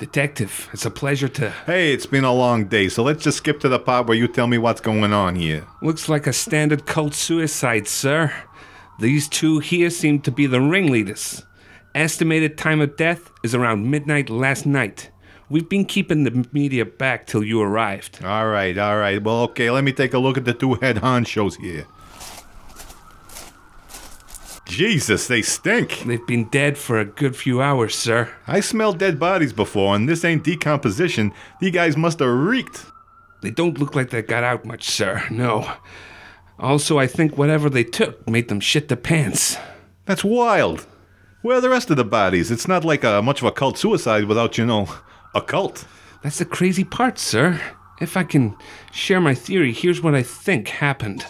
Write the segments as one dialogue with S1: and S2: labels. S1: Detective, it's a pleasure to.
S2: Hey, it's been a long day, so let's just skip to the part where you tell me what's going on here.
S1: Looks like a standard cult suicide, sir. These two here seem to be the ringleaders. Estimated time of death is around midnight last night. We've been keeping the media back till you arrived.
S2: All right, all right. Well, okay, let me take a look at the two head honchos here. Jesus, they stink.
S1: They've been dead for a good few hours, sir.
S2: I smelled dead bodies before, and this ain't decomposition. These guys must have reeked.
S1: They don't look like they got out much, sir. No. Also, I think whatever they took made them shit their pants.
S2: That's wild. Where are the rest of the bodies? It's not like a, much of a cult suicide without, you know, a cult.
S1: That's the crazy part, sir. If I can share my theory, here's what I think happened.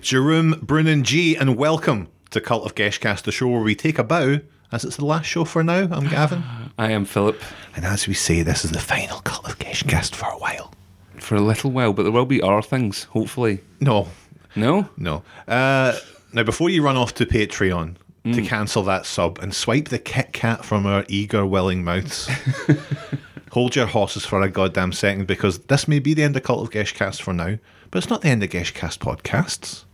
S2: Jerome Brennan G, and welcome to Cult of Geshcast, the show where we take a bow, as it's the last show for now. I'm Gavin.
S1: I am Philip.
S2: and as we say, this is the final Cult of Geshcast for a while.
S1: For a little while, but there will be other things, hopefully.
S2: No,
S1: No?
S2: no. Uh, now, before you run off to Patreon to cancel that sub and swipe the Kit Kat from our eager, willing mouths, hold your horses for a goddamn second because this may be the end of Cult of Geshcast for now, but it's not the end of Geshcast podcasts.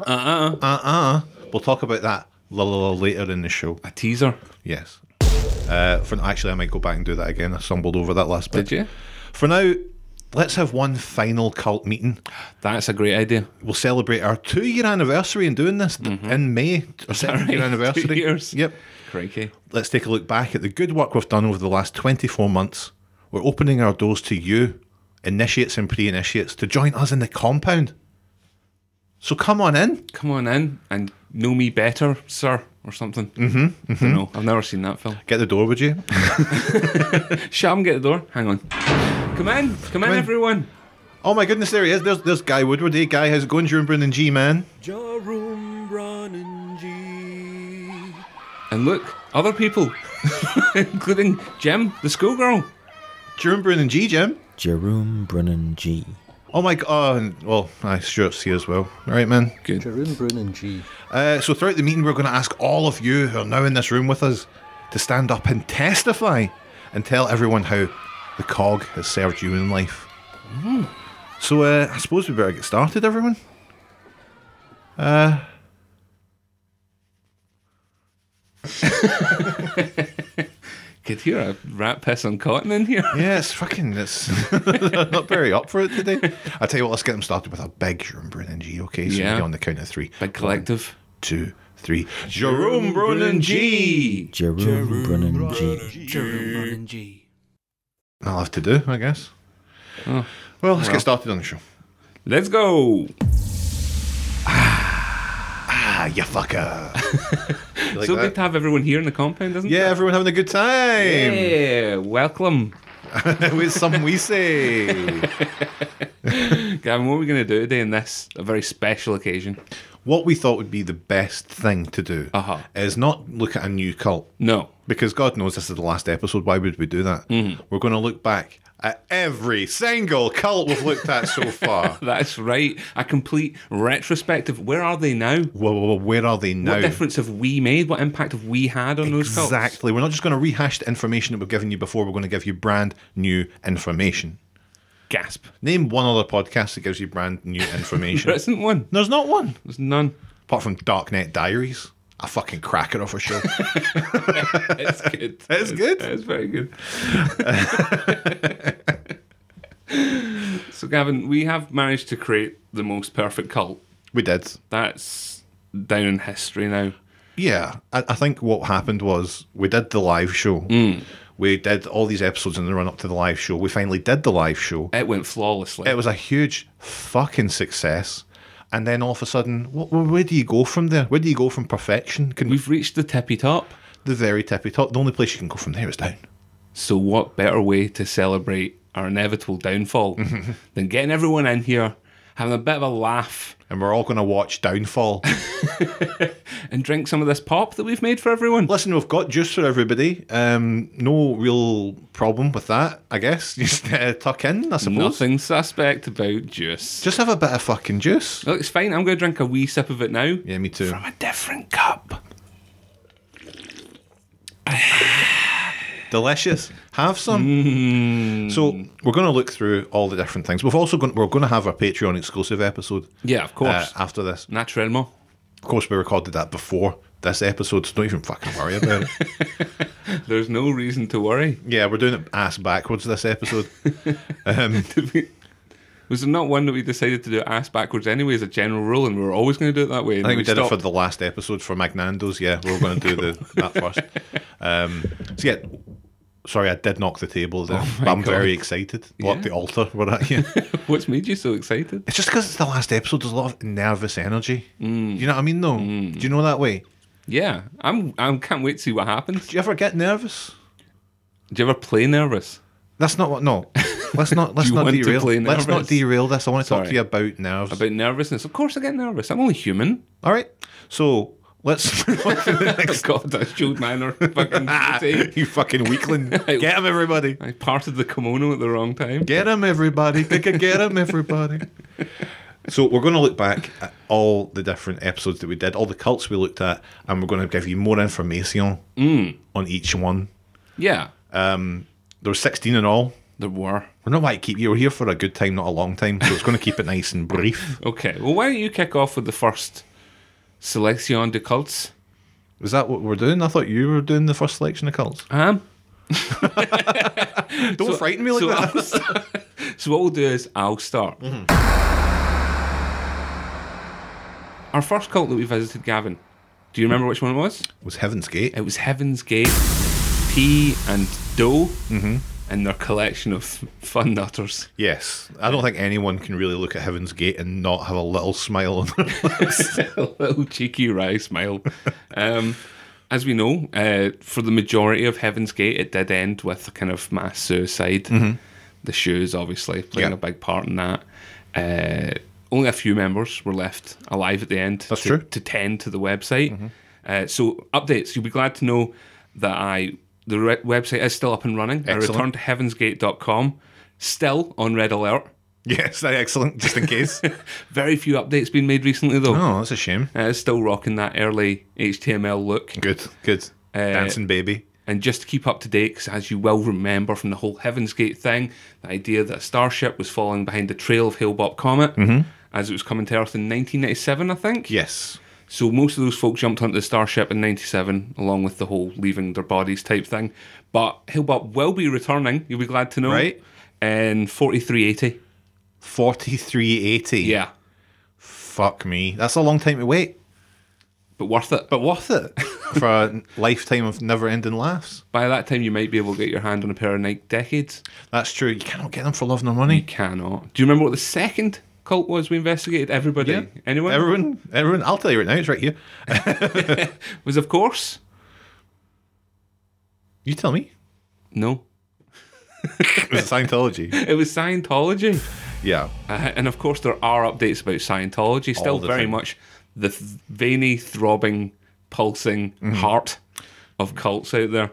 S2: Uh uh. Uh uh. We'll talk about that la la la later in the show.
S1: A teaser.
S2: Yes. Uh, for actually, I might go back and do that again. I stumbled over that last bit.
S1: Did you?
S2: For now, let's have one final cult meeting.
S1: That's a great idea.
S2: We'll celebrate our two-year anniversary in doing this th- in May. Our second-year
S1: right?
S2: anniversary.
S1: Mm-hmm. Two years?
S2: Yep.
S1: Crikey.
S2: Let's take a look back at the good work we've done over the last 24 months. We're opening our doors to you, initiates and pre-initiates, to join us in the compound. So come on in.
S1: Come on in and know me better, sir, or something. Mm-hmm. don't know. I've never seen that film.
S2: Get the door, would you?
S1: Shut up and get the door. Hang on. Come in. Come, in,
S2: in.
S1: everyone.
S2: oh my goodness, there he is. There's, there's Guy Woodward. Hey, Guy, how's it going? June Brennan G, man.
S3: Jerome Brennan G.
S1: And look, other people, including Jim, the schoolgirl.
S2: June Brennan G, Jim.
S3: Jerome Brennan G.
S2: Oh my god! Oh, well, I sure it's here as well. All right, man.
S3: Jerome Brennan G.
S2: Uh, so throughout the meeting, we're going to ask all of you who are now in this room with us to stand up and testify and tell everyone how the cog has served you in life.
S1: Mm.
S2: So uh, I suppose we better get started, everyone.
S1: Could hear a rat piss on cotton in here.
S2: Yeah, it's fucking. It's not very up for it today. I tell you what, let's get them started with a big Jerome Brennan G. Okay, so
S1: Yeah.
S2: we're on the count of three.
S1: Big collective.
S2: Two, three. Jerome Brennan G.
S3: Jerome, Brennan G.
S2: I'll have to do, I guess.
S1: Oh.
S2: well, let's get started on the show.
S1: Let's go.
S2: Ah, you fucker. You like
S1: so
S2: that?
S1: good to have everyone here in the compound, isn't
S2: yeah, everyone having a good time.
S1: it? Yeah. Welcome.
S2: With some we say.
S1: Gavin, what are we going to do today in this? A very special occasion.
S2: what we thought would be the best thing to do
S1: Uh-huh.
S2: is not look at a new cult.
S1: No.
S2: Because God knows this is the last episode. Why would we do that?
S1: Mm-hmm.
S2: We're going to look back at every single cult we've looked at so far.
S1: That's right. A complete retrospective. Where are they now?
S2: well, well, well, where are they now?
S1: What difference have we made? What impact have we had on those cults?
S2: Exactly. We're not just going to rehash the information that we've given you before. We're going to give you brand new information.
S1: Gasp.
S2: Name one other podcast that gives you brand new
S1: There
S2: information.
S1: isn't one.
S2: There's not one.
S1: There's none.
S2: Apart from Darknet Diaries. A fucking cracker off a show.
S1: It's good.
S2: It's good.
S1: It's very good. so, Gavin, we have managed to create the most perfect cult.
S2: we did.
S1: That's down in history now.
S2: Yeah, I, I think what happened was we did the live show. We did all these episodes in the run up to the live show. We finally did the live show.
S1: It went flawlessly.
S2: It was a huge fucking success. And then all of a sudden, wh- wh- where do you go from there? Where do you go from perfection? Can
S1: We've reached the tippy top.
S2: the very tippy top? The only place you can go from there is down.
S1: So, what better way to celebrate our inevitable downfall than getting everyone in here, having a bit of a laugh,
S2: And we're all going to watch Downfall.
S1: and drink some of this pop that we've made for everyone?
S2: Listen, we've got juice for everybody. Um, no real problem with that, I guess. Just uh, tuck in, I suppose.
S1: Nothing suspect about juice.
S2: Just have a bit of fucking juice.
S1: Look, it's fine. I'm going to drink a wee sip of it now.
S2: Yeah, me too.
S1: From a different cup.
S2: delicious. Have some.
S1: Mm.
S2: So we're going to look through all the different things. We've also going, we're going to have our Patreon exclusive episode.
S1: Yeah, of course.
S2: uh, after this,
S1: Naturellement.
S2: of course, we recorded that before this episode, so don't even fucking worry about it.
S1: There's no reason to worry.
S2: Yeah, we're doing it ass backwards this episode. um,
S1: Was there not one that we decided to do ass backwards anyway as a general rule, and we were always going to do it that way?
S2: I think we did it for the last episode for Magnando's. Yeah, we were going to do the, that first. Um, so yeah, sorry, I did knock the table there, but I'm
S1: Oh God.
S2: very excited. What
S1: Yeah.
S2: the altar we're at here.
S1: What's made you so excited?
S2: It's just because it's the last episode. There's a lot of nervous energy.
S1: Mm.
S2: Do you know what I mean? Though, do you know that way?
S1: Yeah, I'm. I can't wait to see what happens.
S2: Do you ever get nervous?
S1: Do you ever play nervous?
S2: That's not what. No, let's not. Let's
S1: you
S2: not
S1: want to
S2: derail.
S1: play
S2: Let's not
S1: nervous?
S2: derail this. I want to talk
S1: Sorry.
S2: to you about nerves.
S1: About nervousness? Of course, I get nervous. I'm only human.
S2: All right. So let's. move on to the
S1: Oh God, that's Jude Manor. Fucking
S2: next-
S1: duty.
S2: you fucking weakling!
S1: I-
S2: Get him, everybody!
S1: I parted the kimono at the wrong time.
S2: Get him, everybody! Get him, everybody! So we're going to look back at all the different episodes that we did, all the cults we looked at, and we're going to give you more information
S1: Mm.
S2: on each one.
S1: Yeah,
S2: There were sixteen in all.
S1: there were.
S2: We're not like keep you. We're here for a good time, not a long time. So it's going to keep it nice and brief.
S1: Okay, well, why don't you kick off with the first selection de cults?
S2: Is that what we're doing? I thought you were doing the first selection of cults.
S1: Um,
S2: Don't frighten me like
S1: so,
S2: that.
S1: I'll start- so what we'll do is I'll start. Our first cult that we visited, Gavin. Do you remember which one it was?
S2: was Heaven's Gate.
S1: It was Heaven's Gate, P and Doe, and their collection of fun nutters.
S2: Yes. I don't think anyone can really look at Heaven's Gate and not have a little smile on their
S1: a little cheeky wry smile. Um, as we know, uh, for the majority of Heaven's Gate, it did end with a kind of mass suicide. The shoes, obviously, playing
S2: Mm-hmm. Yeah.
S1: a big part in that. Uh, only a few members were left alive at the end.
S2: That's
S1: to,
S2: true. Mm-hmm.
S1: To tend to the website. Uh, so updates. You'll be glad to know that I the re- website is still up and running. I returned
S2: Excellent.
S1: to heavensgate.com, still on red alert.
S2: Yes, that's excellent, just in case.
S1: Very few updates been made recently though.
S2: oh, that's a shame.
S1: Uh, it's still rocking that early HTML look.
S2: Good, good.
S1: Uh,
S2: Dancing baby.
S1: And just to keep up to date, 'cause as you will remember from the whole Heaven's Gate thing, the idea that a starship was falling behind the trail of Hale-Bopp Comet
S2: Mm-hmm.
S1: as it was coming to Earth in 1997, I think.
S2: Yes.
S1: So most of those folk jumped onto the starship in 97, along with the whole leaving their bodies type thing. But Hale-Bopp will be returning, you'll be glad to know,
S2: Right.
S1: in 4380.
S2: 4380.
S1: Yeah,
S2: Fuck me. That's a long time to wait,
S1: but worth it.
S2: but worth it for a lifetime of never ending laughs.
S1: By that time, you might be able to get your hand on a pair of Nike Decades.
S2: That's true. You cannot get them for love nor money.
S1: Cannot. Do you remember what the second cult was we investigated? Everybody, anyone?
S2: Everyone, everyone, I'll tell you right now, it's right here.
S1: was of course
S2: You tell me.
S1: no.
S2: It was Scientology.
S1: It was Scientology,
S2: Yeah.
S1: uh, and of course there are updates about Scientology. Still
S2: All the
S1: very
S2: time.
S1: much the th- veiny, throbbing, pulsing
S2: Mm-hmm.
S1: heart of cults out there.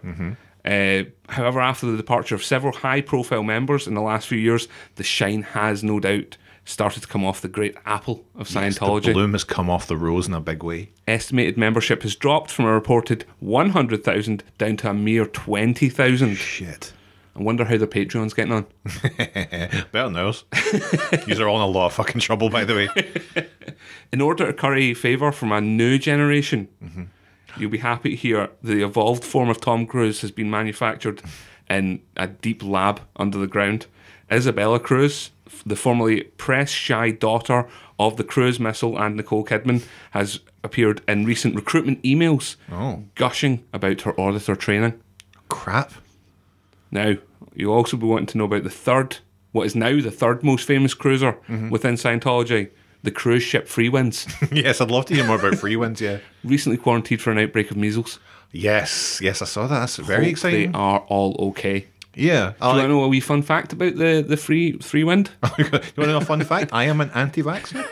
S1: Uh, however, after the departure of several high-profile members in the last few years, the shine has no doubt started to come off the great apple of Scientology.
S2: The bloom has come off the rose in a big way.
S1: estimated membership has dropped from a reported 100,000 down to a mere 20,000.
S2: Shit. Eh,
S1: I wonder how their Patreon's getting on.
S2: Better than ours. These are all in a lot of fucking trouble, by the way.
S1: In order to curry favour from a new generation, you'll be happy to hear the evolved form of Tom Cruise has been manufactured in a deep lab under the ground. Isabella Cruz the formerly press shy daughter of the cruise missile and Nicole Kidman, has appeared in recent recruitment emails gushing about her auditor training.
S2: Crap.
S1: Now, you'll also be wanting to know about the third, what is now the third most famous cruiser
S2: Mm-hmm.
S1: within Scientology, the cruise ship Free Winds,
S2: yes, I'd love to hear more about free wins. Yeah.
S1: recently quarantined for an outbreak of measles.
S2: Yes, yes, I saw that. That's very
S1: Hope
S2: exciting.
S1: They are all okay.
S2: Yeah.
S1: Do
S2: I
S1: you
S2: like-
S1: want to know a wee fun fact about the, the free free wind?
S2: you want to know a fun fact? I am an anti-vaxxer.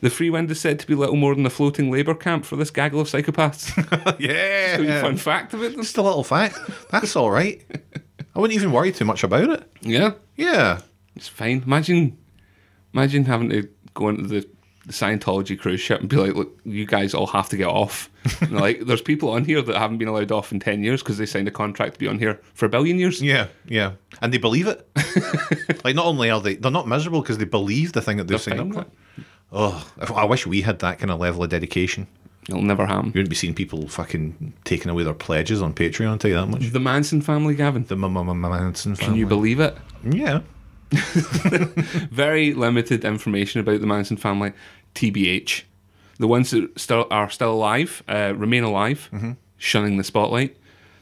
S1: The free wind is said to be little more than a floating labour camp for this gaggle of psychopaths.
S2: yeah.
S1: Wee fun fact about them.
S2: Just a little fact. That's all right. I wouldn't even worry too much about it.
S1: Yeah,
S2: Yeah.
S1: it's fine. Imagine, imagine having to go into the, the Scientology cruise ship and be like, "Look, you guys all have to get off." And they're like, there's people on here that haven't been allowed off in ten years because they signed a contract to be on here for a billion years.
S2: Yeah, yeah. And they believe it. like, not only are they, they're not miserable because they believe the thing that they're,
S1: Fine,
S2: saying.
S1: that.
S2: Oh, if- I wish we had that kind of level of dedication.
S1: It'll never happen.
S2: You wouldn't be seeing people fucking taking away their pledges on Patreon, I'll tell you that much.
S1: The Manson family, Gavin.
S2: The M- M- M- Manson
S1: Can
S2: family.
S1: you believe it?
S2: yeah.
S1: very limited information about the Manson family, TBH. The ones that still are still alive uh, remain alive,
S2: Mm-hmm.
S1: shunning the spotlight.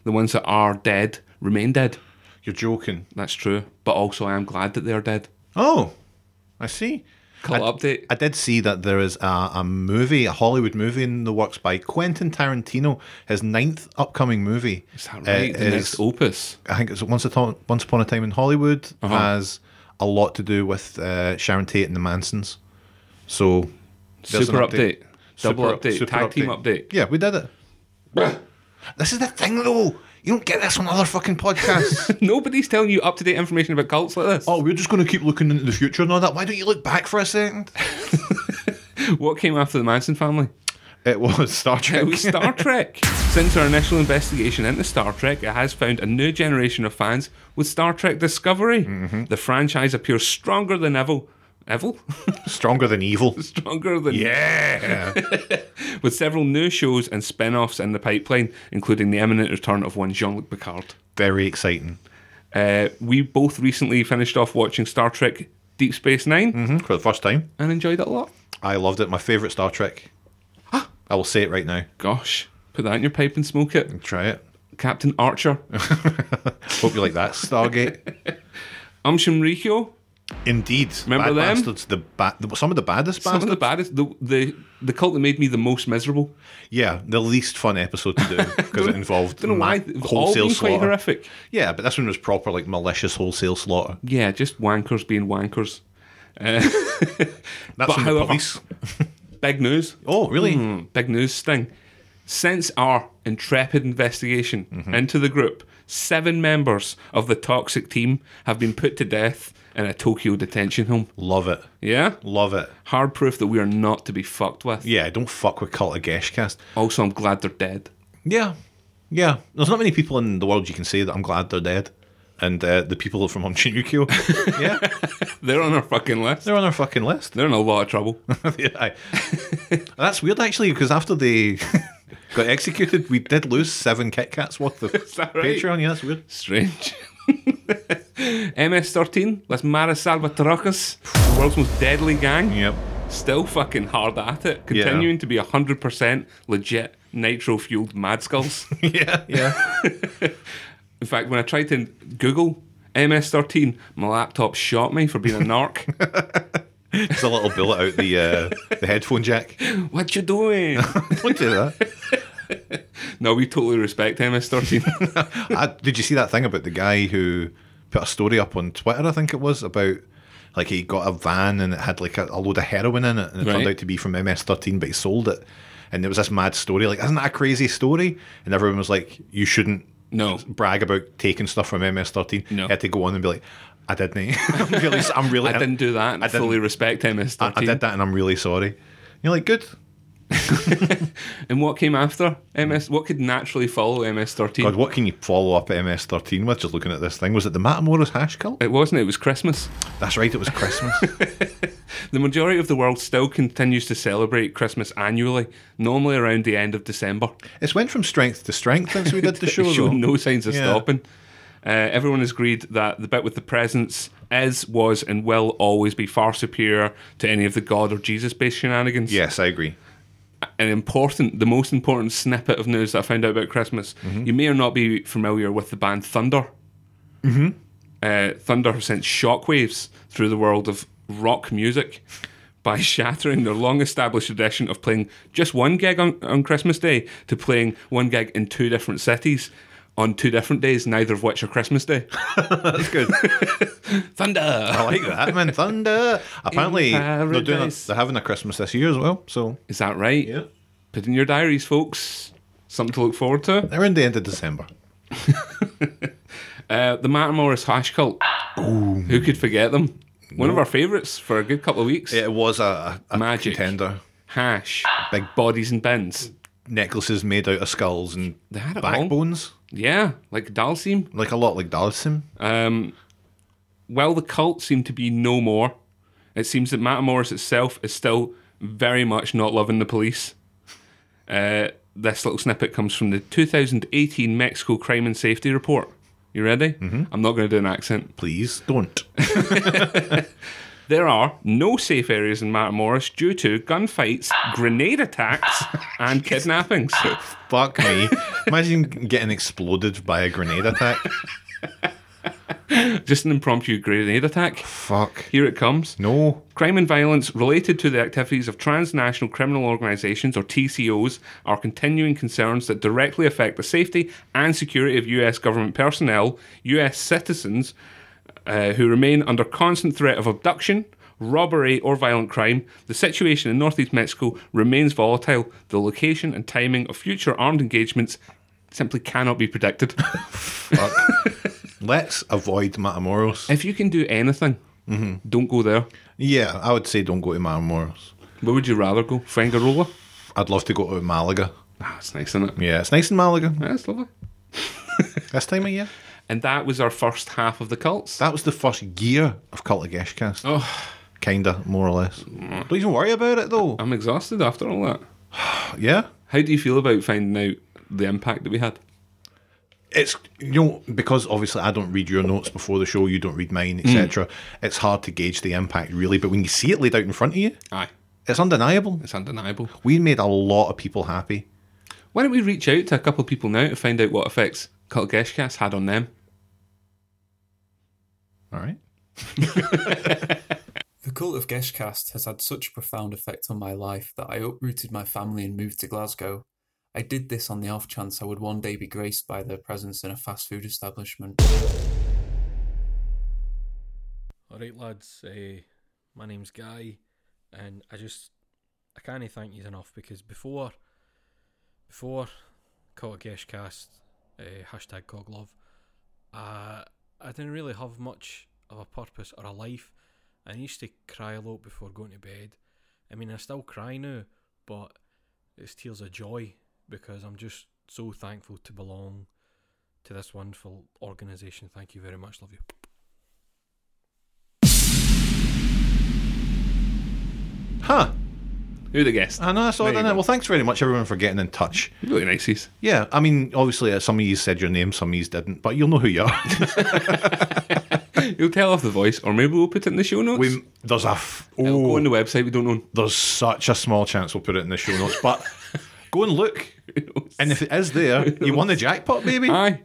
S1: The ones that are dead remain dead.
S2: You're joking.
S1: That's true. But also, I am glad that they are dead.
S2: Oh, I see.
S1: Call update.
S2: I did see that there is a, a movie, a Hollywood movie in the works by Quentin Tarantino. His ninth upcoming movie.
S1: Is that right?
S2: uh,
S1: the next
S2: is-
S1: opus.
S2: I think it's Once Upon, Once Upon a Time in Hollywood has a lot to do with uh, Sharon Tate and the Mansons. So there's an
S1: Super update. Double
S2: Super-
S1: update.
S2: super
S1: Tag team update.
S2: Yeah, we did it. this is the thing, though. You don't get this on other fucking podcasts.
S1: Nobody's telling you up to date information about cults like this.
S2: oh, we're just going to keep looking into the future and all that. Why don't you look back for a second?
S1: What came after the Manson family?
S2: It was Star Trek.
S1: It was Star Trek. Since our initial investigation into Star Trek, it has found a new generation of fans with Star Trek Discovery.
S2: Mm-hmm.
S1: The franchise appears stronger than ever. Evil?
S2: Stronger than evil.
S1: stronger than
S2: Yeah.
S1: with several new shows and spin-offs in the pipeline, including the imminent return of one Jean-Luc Picard.
S2: Very exciting.
S1: Uh, we both recently finished off watching Star Trek Deep Space 9
S2: Mhm, For the first time,
S1: and enjoyed it a lot.
S2: I loved it. My favourite Star Trek. I will say it right now.
S1: Gosh, put that in your pipe and smoke it.
S2: Try it.
S1: Captain Archer,
S2: Hope you like that. Stargate.
S1: Um Rikyo,
S2: Indeed.
S1: Remember
S2: bad
S1: them?
S2: Bastards, the ba- the- some of the baddest
S1: some of
S2: bastards.
S1: the baddest, the, the the cult that made me the most miserable.
S2: Yeah, the least fun episode to do because it involved
S1: Don't know
S2: ma-
S1: why they've all been quite horrific.
S2: Yeah, but this one was proper like malicious wholesale slaughter.
S1: Yeah, just wankers being wankers.
S2: That's
S1: But
S2: from the
S1: however-
S2: police.
S1: Big news.
S2: Oh, really?
S1: Hmm, Big news sting. Since our intrepid investigation into the group, seven members of the toxic team have been put to death in a Tokyo detention home.
S2: Love it.
S1: Yeah?
S2: Love it.
S1: Hard proof that we are not to be fucked with.
S2: Yeah, don't fuck with Cult of Geshcast.
S1: Also, I'm glad they're dead.
S2: Yeah, yeah. There's not many people in the world you can say that I'm glad they're dead. And uh, the people from Omchinyukyo, yeah,
S1: They're on our fucking list.
S2: they're on our fucking list.
S1: They're in a lot of trouble.
S2: Aye. That's weird actually, because after they got executed, we did lose seven Kit Kats worth of
S1: that right?
S2: Patreon. Yeah, that's weird.
S1: Strange. MS13, that's Maris Salvatrucas, the world's most deadly gang.
S2: Yep.
S1: Still fucking hard at it, continuing to be 100% legit nitro fueled mad skulls.
S2: yeah, yeah.
S1: In fact, when I tried to Google MS13, my laptop shot me for being a narc.
S2: It's a little bullet out the uh, the headphone jack.
S1: what you doing?
S2: Look at that.
S1: no, we totally respect MS13.
S2: I, did you see that thing about the guy who put a story up on Twitter? I think it was about like he got a van and it had like a, a load of heroin in it, and it turned
S1: Right.
S2: out to be from MS13, but he sold it. And there was this mad story, like, isn't that a crazy story? And everyone was like, you shouldn't
S1: no.
S2: brag about taking stuff from MS13.
S1: No.
S2: He had to go on and be like, I didn't. I'm really, s- I'm really,
S1: I didn't do that. and I,
S2: didn't-
S1: fully respect MS13.
S2: I, I did that, and I'm really sorry. And you're like, good.
S1: And what came after MS? What could naturally follow MS13?
S2: God, what can you follow up at MS13 with? Just looking at this thing, was it the Matamoros hash cult?
S1: It wasn't. It was Christmas.
S2: That's right, it was Christmas.
S1: The majority of the world still continues to celebrate Christmas annually, normally around the end of December.
S2: It's went from strength to strength since we did the show.
S1: It showed
S2: though.
S1: no signs of
S2: Yeah.
S1: stopping. Uh, everyone has agreed that the bit with the presents as, was, and will always be far superior to any of the God or Jesus based shenanigans.
S2: Yes, I agree.
S1: An important, the most important snippet of news that I found out about Christmas. You may or not be familiar with the band Thunder. Mm-hmm. Uh, Thunder have sent shockwaves through the world of rock music by shattering their long established tradition of playing just one gig on, on Christmas Day to playing one gig in two different cities on two different days, neither of which are Christmas Day.
S2: That's good.
S1: Thunder!
S2: I like that. Man, thunder. Apparently, they're doing. A,
S1: paradise.
S2: they're having a Christmas this year as well. So
S1: Is that right?
S2: yeah,
S1: Put in your diaries, folks. Something to look forward to.
S2: they're in the end of December.
S1: Uh, the Matt Morris Hash Cult. Who could forget them? One of our favourites for a good couple of weeks.
S2: It was a, a
S1: Magic.
S2: contender.
S1: Hash. Big bodies and bins.
S2: Necklaces made out of skulls and
S1: They had it all.
S2: backbones,
S1: Yeah, like Dalsim.
S2: like a lot like Dalsim.
S1: Um, well, the cult seemed to be no more. It seems that Matt Morris itself is still very much not loving the police. Uh, this little snippet comes from the 2018 Mexico Crime and Safety Report. You ready? Mm-hmm. I'm not going to do an accent.
S2: Please don't.
S1: There are no safe areas in Matt Morris due to gunfights, grenade attacks, and kidnappings.
S2: Fuck me. Imagine getting exploded by a grenade attack.
S1: Just an impromptu grenade attack.
S2: Fuck.
S1: Here it comes.
S2: No.
S1: Crime and violence related to the activities of transnational criminal organizations, or TCOs, are continuing concerns that directly affect the safety and security of US government personnel, US citizens uh, who remain under constant threat of abduction, robbery, or violent crime. The situation in northeast Mexico remains volatile. The location and timing of future armed engagements simply cannot be predicted.
S2: Fuck. Let's avoid Matamoros.
S1: if you can do anything, don't go there.
S2: Yeah, I would say don't go to Matamoros.
S1: Where would you rather go? Fangarola?
S2: I'd love to go to Malaga.
S1: Ah, it's nice, isn't it?
S2: Yeah, it's nice in Malaga
S1: That's lovely.
S2: this time of year.
S1: And that was our first half of the cults.
S2: That was the first year of Cult of Geshcast.
S1: oh, Mm.
S2: Kinda, more or less. Don't even worry about it though.
S1: I'm exhausted after all that. Oh.
S2: Yeah.
S1: How do you feel about finding out the impact that we had?
S2: It's you know, because obviously I don't read your notes before the show, you don't read mine,
S1: Mm.
S2: etc. It's hard to gauge the impact really, but when you see it laid out in front of you,
S1: Aye,
S2: it's undeniable.
S1: it's undeniable.
S2: We made a lot of people happy.
S1: Why don't we reach out to a couple of people now to find out what effects Cult Geshcast had on them?
S2: All right.
S4: The cult of Geshcast has had such a profound effect on my life that I uprooted my family and moved to Glasgow. I did this on the off chance I would one day be graced by their presence in a fast food establishment.
S5: All right, lads. Uh, my name's Guy, and I just I can't thank you enough because before before Caught Geshcast uh, hashtag Coglove, uh, I didn't really have much of a purpose or a life. I used to cry a lot before going to bed. I mean, I still cry now, but it's tears of joy because I'm just so thankful to belong to this wonderful organisation. Thank you very much. Love you.
S2: Huh.
S1: Who'd have guessed?
S2: I know that's all
S1: There you
S2: done it.
S1: go.
S2: Well thanks very much everyone for getting in touch.
S1: Really niceys.
S2: Yeah, I mean obviously uh, some of you said your name, some of you didn't, but you'll know who you are.
S1: You'll tell off the voice, or maybe we'll put it in the show notes.
S2: we there's a f-
S1: It'll go
S2: oh,
S1: on the website, we don't know.
S2: there's such a small chance we'll put it in the show notes, but go and look. And if it is there, you won the jackpot, baby. Hit
S1: Aye.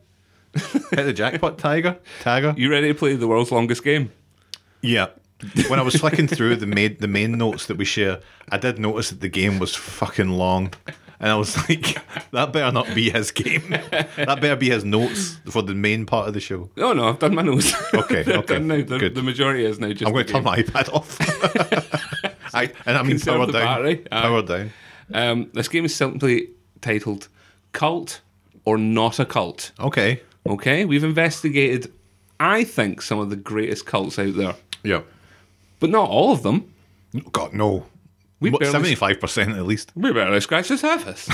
S2: the jackpot, Tiger. Tiger.
S1: You ready to play the world's longest game?
S2: Yeah. When I was flicking through the main the main notes that we share, I did notice that the game was fucking long. And I was like, that better not be his game. That better be his notes for the main part of the show.
S1: No, Oh, no, I've done my nose.
S2: Okay,
S1: They're
S2: okay,
S1: done now. The,
S2: good.
S1: the majority is now just.
S2: I'm going
S1: the
S2: to turn
S1: game.
S2: my iPad off. I, and I mean
S1: Conserve
S2: power
S1: the
S2: down.
S1: battery. Aye.
S2: Power down.
S1: Um, this game is simply titled Cult or Not a Cult.
S2: Okay.
S1: Okay, we've investigated, I think, some of the greatest cults out there,
S2: Yeah.
S1: but not all of them.
S2: God, no.
S1: We
S2: What,
S1: barely-
S2: 75% at least.
S1: We barely scratched the surface.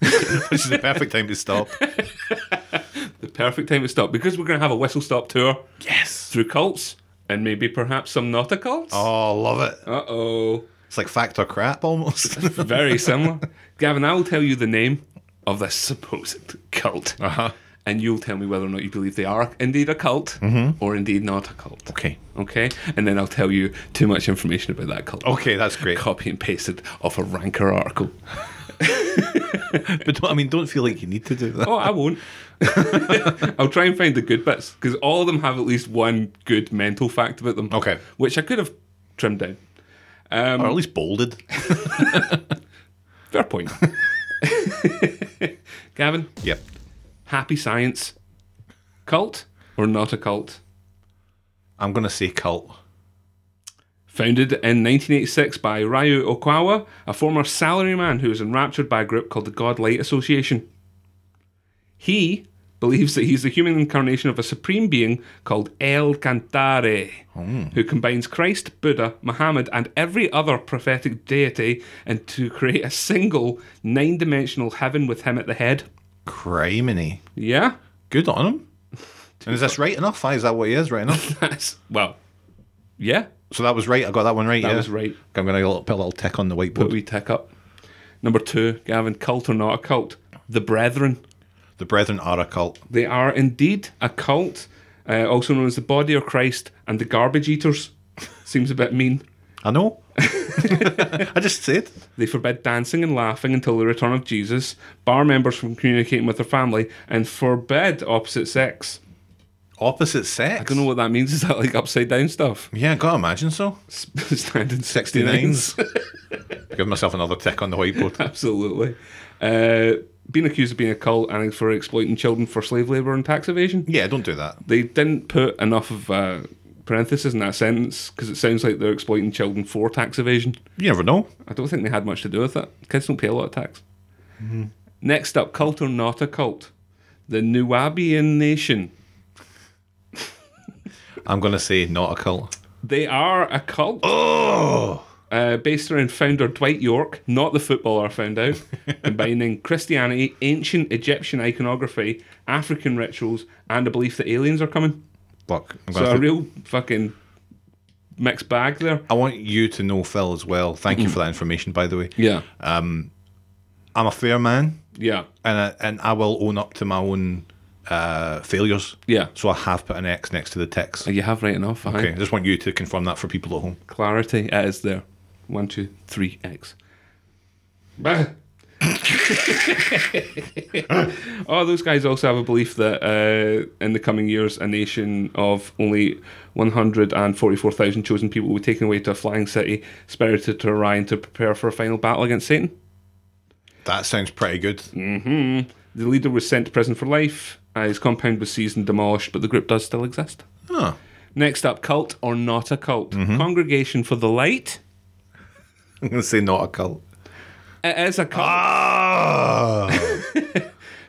S2: This is the perfect time to stop.
S1: the perfect time to stop because we're going to have a whistle stop tour. Yes. Through cults and maybe perhaps some not a cults.
S2: Oh, love it.
S1: Uh oh. Uh-huh.
S2: It's like fact or crap almost.
S1: Very similar. Gavin, I will tell you the name of the supposed cult.
S2: Uh-huh.
S1: and you'll tell me whether or not you believe they are indeed a cult
S2: Mm-hmm.
S1: or indeed not a cult.
S2: Okay.
S1: Okay? And then I'll tell you too much information about that cult.
S2: Okay, that's great.
S1: Copy and pasted off a ranker article.
S2: But don't- I mean, don't feel like you need to do that.
S1: Oh, I won't. I'll try and find the good bits because all of them have at least one good mental fact about them.
S2: Okay.
S1: Which I could have trimmed down. Um,
S2: or at least bolded.
S1: Fair point. Gavin,
S2: Yep.
S1: happy science. Cult or not a cult?
S2: I'm going to say cult.
S1: Founded in 1986 by Ryu Okawa, a former salaryman who was enraptured by a group called the God Light Association. He believes that he's the human incarnation of a supreme being called El Cantare, who combines Christ, Buddha, Muhammad, and every other prophetic deity and to create a single nine dimensional heaven with him at the head.
S2: Criminy.
S1: Yeah?
S2: Good on him. And is this right enough? Aye, Is that what he is right enough?
S1: That's, well, yeah,
S2: So that was right. I got that one right.
S1: that
S2: yeah?
S1: was right.
S2: I'm going to put a little tick on the
S1: What
S2: whiteboard.
S1: we tick up. Number two, Gavin, cult or not a cult? The Brethren.
S2: the Brethren are a cult.
S1: They are indeed a cult, uh, also known as the Body of Christ and the Garbage Eaters. Seems a bit mean.
S2: I know. I just said.
S1: They forbid dancing and laughing until the return of Jesus, bar members from communicating with their family, and forbid opposite sex.
S2: Opposite sex.
S1: I don't know what that means. Is that like upside down stuff?
S2: Yeah, I gotta imagine so.
S1: Standing 69s.
S2: 69s. Give myself another tick on the whiteboard.
S1: Absolutely. Uh, being accused of being a cult and for exploiting children for slave labour and tax evasion.
S2: Yeah, don't do that.
S1: they didn't put enough of uh, parenthesis in that sentence because it sounds like they're exploiting children for tax evasion.
S2: You never know.
S1: I don't think they had much to do with it. Kids don't pay a lot of tax. Next up, cult or not a cult? The Nuwabian Nation.
S2: I'm gonna say not a cult.
S1: They are a cult
S2: Oh,
S1: uh, based around founder Dwight York, not the footballer I found out, combining Christianity, ancient Egyptian iconography, African rituals, and a belief that aliens are coming.
S2: look. I'm
S1: So
S2: gonna
S1: a
S2: say-
S1: real fucking mixed bag there.
S2: I want you to know Phil as well. Thank you for that information, by the way.
S1: Yeah.
S2: I'm a fair man,
S1: Yeah.
S2: and I, and I will own up to my own uh, failures.
S1: Yeah.
S2: So I have put an X next to the ticks.
S1: Oh, You have right enough. aye.
S2: Okay, I just want you to confirm that for people at home.
S1: Clarity. It is there. One, two, three, X. Bah. oh, those guys also have a belief that uh, in the coming years, a nation of only 144,000 chosen people will be taken away to a flying city, spirited to Orion to prepare for a final battle against Satan.
S2: That sounds pretty good.
S1: The leader was sent to prison for life. Uh, his compound was seized and demolished, but the group does still exist.
S2: Huh.
S1: Next up, cult or not a cult? Congregation for the Light.
S2: I'm gonna say not a cult.
S1: It is a cult.
S2: Ah,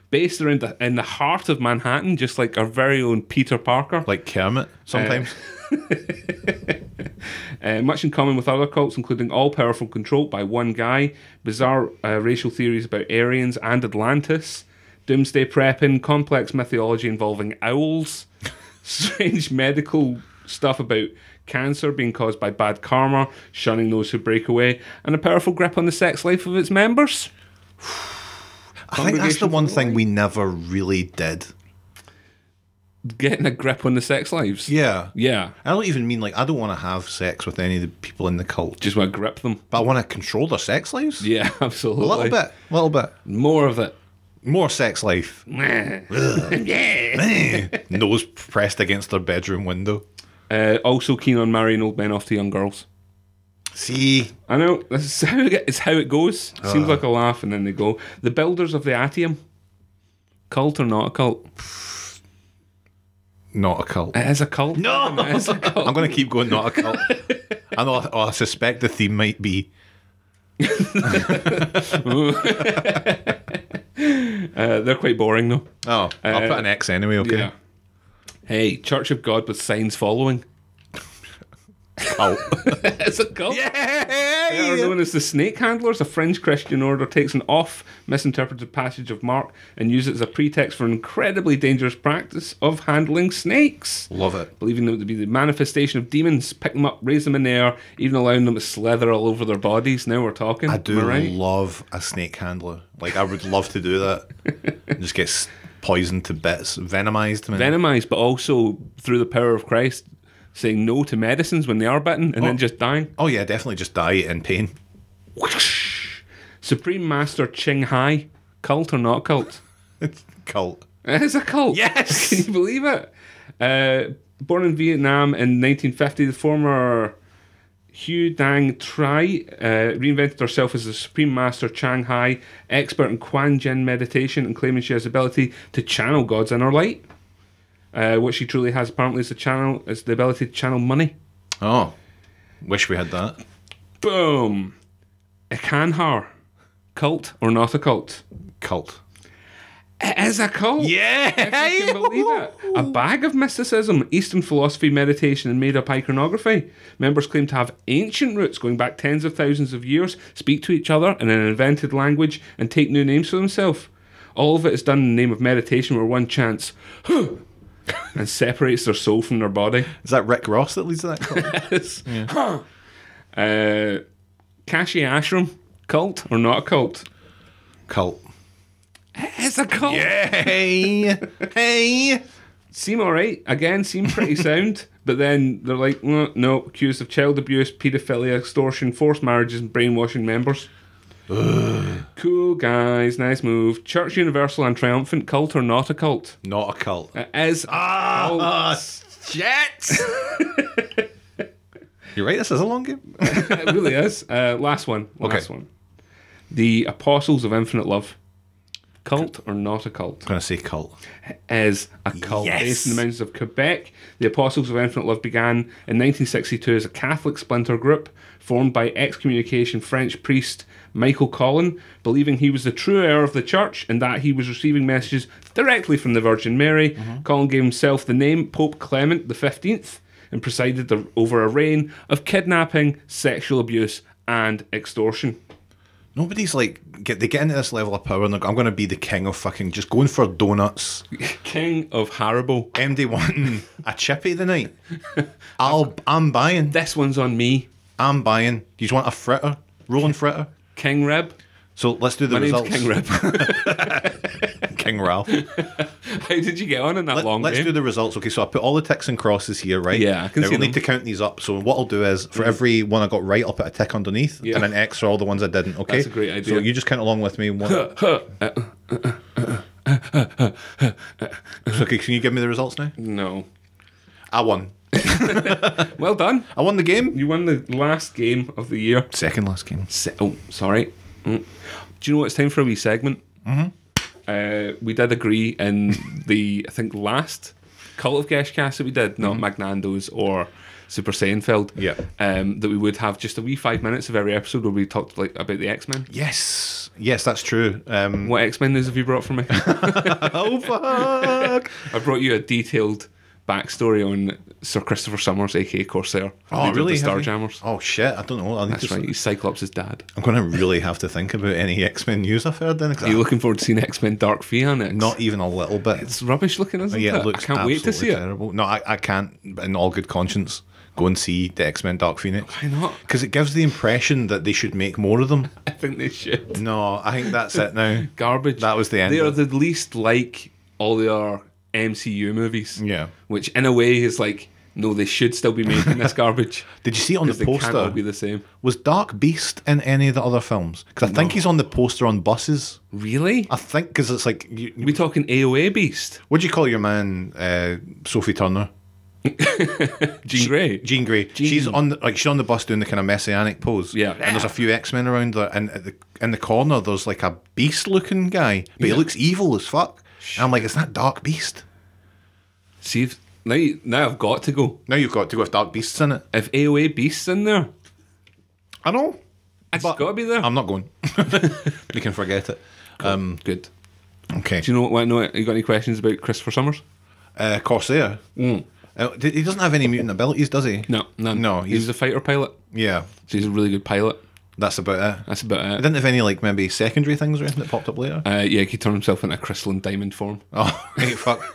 S1: based around the, in the heart of Manhattan, just like our very own Peter Parker.
S2: like Kermit sometimes.
S1: Uh, much in common with other cults, including all powerful controlled by one guy, bizarre uh, racial theories about Aryans and Atlantis, doomsday prepping, complex mythology involving owls, strange medical stuff about cancer being caused by bad karma, shunning those who break away, and a powerful grip on the sex life of its members.
S2: I think that's
S1: Congregation
S2: the one thing we never really did.
S1: Getting a grip on the sex lives.
S2: Yeah.
S1: Yeah.
S2: I don't even mean like I don't want to have sex with any of the people in the cult.
S1: Just want to grip them.
S2: but I want to control their sex lives.
S1: Yeah, absolutely.
S2: A little bit, a little bit
S1: More of it.
S2: more sex life. Eh. Nose pressed against their bedroom window.
S1: Uh, also keen on marrying old men off to young girls.
S2: See,
S1: I know this is how it, it's how it goes.
S2: Ah.
S1: Seems like a laugh, and then they go. The builders of the Atium, cult or not a cult?
S2: not a cult.
S1: It is a cult.
S2: No!
S1: It is a cult.
S2: I'm going to keep going. Not a cult. I know. I, I suspect the theme might be
S1: Uh, they're quite boring though.
S2: Oh, I'll put an X anyway, okay?
S1: Yeah. Hey, Church of God with signs following.
S2: Cult.
S1: It's a cult. They are
S2: yeah.
S1: known as the Snake Handlers. A French Christian order takes an off misinterpreted passage of Mark and uses it as a pretext for an incredibly dangerous practice of handling snakes.
S2: Love it.
S1: believing them to be the manifestation of demons, pick them up, raise them in the air, even allowing them to slither all over their bodies. Now we're talking.
S2: I do
S1: Am I right?
S2: love a snake handler. Like, I would love to do that. And just get s- poisoned to bits, venomized him. and-
S1: Venomized, but also through the power of Christ, saying no to medicines when they are bitten and then
S2: Oh.
S1: just dying.
S2: oh yeah, definitely just die in pain.
S1: Supreme Master Ching Hai, cult or not cult?
S2: It's cult.
S1: It is a cult.
S2: Yes!
S1: Can you believe it? Uh, born in Vietnam in 1950, the former Hugh Dang Tri uh, reinvented herself as the Supreme Master Chang Hai, expert in Quan Yin meditation, and claiming she has the ability to channel gods in her light. Uh, what she truly has apparently is the channel is the ability to channel money.
S2: Oh, wish we had that.
S1: Boom. A canhar. Cult or not a cult?
S2: Cult.
S1: It is a cult.
S2: Yeah.
S1: I can believe it. A bag of mysticism, Eastern philosophy, meditation, and made up iconography. Members claim to have ancient roots going back tens of thousands of years, speak to each other in an invented language, and take new names for themselves. All of it is done in the name of meditation, where one chants, "Huh," and separates their soul from their body.
S2: Is that Rick Ross that leads that cult?
S1: It's, "Huh." Uh, Kashi Ashram, cult or not a cult?
S2: cult.
S1: It's a cult.
S2: Hey. hey.
S1: seem all right. Again, seem pretty sound. But then they're like, "Mm, no, accused of child abuse, paedophilia, extortion, forced marriages, and brainwashing members. cool guys, nice move. Church Universal and Triumphant, cult or not a cult?
S2: Not a cult.
S1: It is.
S2: Ah, shit. You're right. This is a long game.
S1: it really is. Uh, last one. Last
S2: Okay.
S1: one. The Apostles of Infinite Love. Cult or not a cult?
S2: I'm gonna say cult.
S1: is a cult
S2: Yes.
S1: based in the mountains of Quebec. The Apostles of Infinite Love began in 1962 as a Catholic splinter group formed by excommunication French priest Michael Collin, believing he was the true heir of the church and that he was receiving messages directly from the Virgin Mary.
S2: Mm-hmm.
S1: Collin gave himself the name Pope Clement the 15th and presided the, over a reign of kidnapping, sexual abuse, and extortion.
S2: Nobody's like get they get into this level of power and they're, I'm gonna be the king of fucking just going for donuts.
S1: King of Haribo.
S2: MD wanting a chippy the night. I'll I'm buying.
S1: This one's on me.
S2: I'm buying. Do you want a fritter? Rolling fritter?
S1: King Rib.
S2: So let's do
S1: My
S2: the
S1: name's
S2: results.
S1: King Rib.
S2: King Ralph.
S1: How did you get on in that long
S2: Let's
S1: game?
S2: do the results. Okay, so I put all the ticks and crosses here, right?
S1: Yeah, I can
S2: now
S1: see
S2: we'll need
S1: them. Mm-hmm.
S2: to count these up. So what I'll do is for every one I got right, I'll put a tick underneath
S1: Yeah.
S2: and an X for all the ones I didn't. Okay,
S1: That's a great idea.
S2: So you just count along with me. One. okay, can you give me the results now?
S1: no.
S2: I won.
S1: Well done.
S2: I won the game.
S1: You won the last game of the year.
S2: Second last game.
S1: Se- oh, sorry. Mm. Do you know what? It's time for a wee segment. Mm-hmm. Uh, we did agree in the, I think, last Cult of Geshcast that we did, not Magnando's or Super Seinfeld,
S2: Mm-hmm. Yeah.
S1: um, that we would have just a wee five minutes of every episode where we talked like about the X Men.
S2: Yes. Yes, that's true. Um,
S1: What X Men news have you brought for me?
S2: oh fuck!
S1: I brought you a detailed backstory on Sir Christopher Summers, aka Corsair.
S2: oh
S1: leader of
S2: really?
S1: The
S2: Have we-
S1: Starjammers.
S2: Oh shit! I don't know. I need
S1: That's
S2: to.
S1: right. He's Cyclops' dad.
S2: I'm going to really have to think about any X Men news I've heard. Then 'cause
S1: Are you
S2: I-
S1: looking forward to seeing X Men Dark Fear next?
S2: Ah. not even a little bit.
S1: It's rubbish looking, isn't
S2: Yeah,
S1: it?
S2: it looks
S1: I can't wait to see
S2: absolutely terrible. No, I, I can't, in all good conscience, go and see the X Men Dark Phoenix.
S1: it. Why not?
S2: Because it gives the impression that they should make more of them.
S1: I think they should.
S2: No, I think that's it now.
S1: Garbage.
S2: That was the end
S1: They are
S2: of
S1: the least like all the other MCU movies.
S2: Yeah.
S1: Which in a way is like, no, they should still be making this garbage.
S2: Did you see on
S1: Because
S2: the
S1: they can't all
S2: poster?
S1: be the same.
S2: Was Dark Beast in any of the other films? Because I think he's on the poster on buses.
S1: Really?
S2: I think because it's like, you,
S1: we talking AOA Beast?
S2: what do you call your man, uh, Sophie Turner?
S1: Jean Grey?
S2: Jean Grey. She's on the, like she's on the bus doing the kind of messianic pose.
S1: Yeah.
S2: And there's a few X Men around her, and at the, in the corner there's like a beast looking guy, but he looks evil as fuck. And I'm like, it's that Dark Beast.
S1: See if now, you- now I've got to go.
S2: Now you've got to go with Dark Beasts in it.
S1: If AOA Beast's in there,
S2: I know.
S1: it's
S2: But-
S1: gotta be there.
S2: I'm not going. you can forget it. Um,
S1: Good.
S2: okay.
S1: Do you know what? No, you got any questions about Christopher Summers?
S2: Uh, Corsair. Uh, d- he doesn't have any mutant abilities, does he?
S1: Mm. No, none.
S2: No,
S1: he's,
S2: he's-
S1: a fighter pilot.
S2: Yeah,
S1: So he's a really good pilot.
S2: that's about it.
S1: That's about
S2: I
S1: it.
S2: didn't have any like maybe secondary things or anything that popped up later.
S1: Uh, yeah, he turned himself into a crystalline diamond form.
S2: Oh, right, fuck.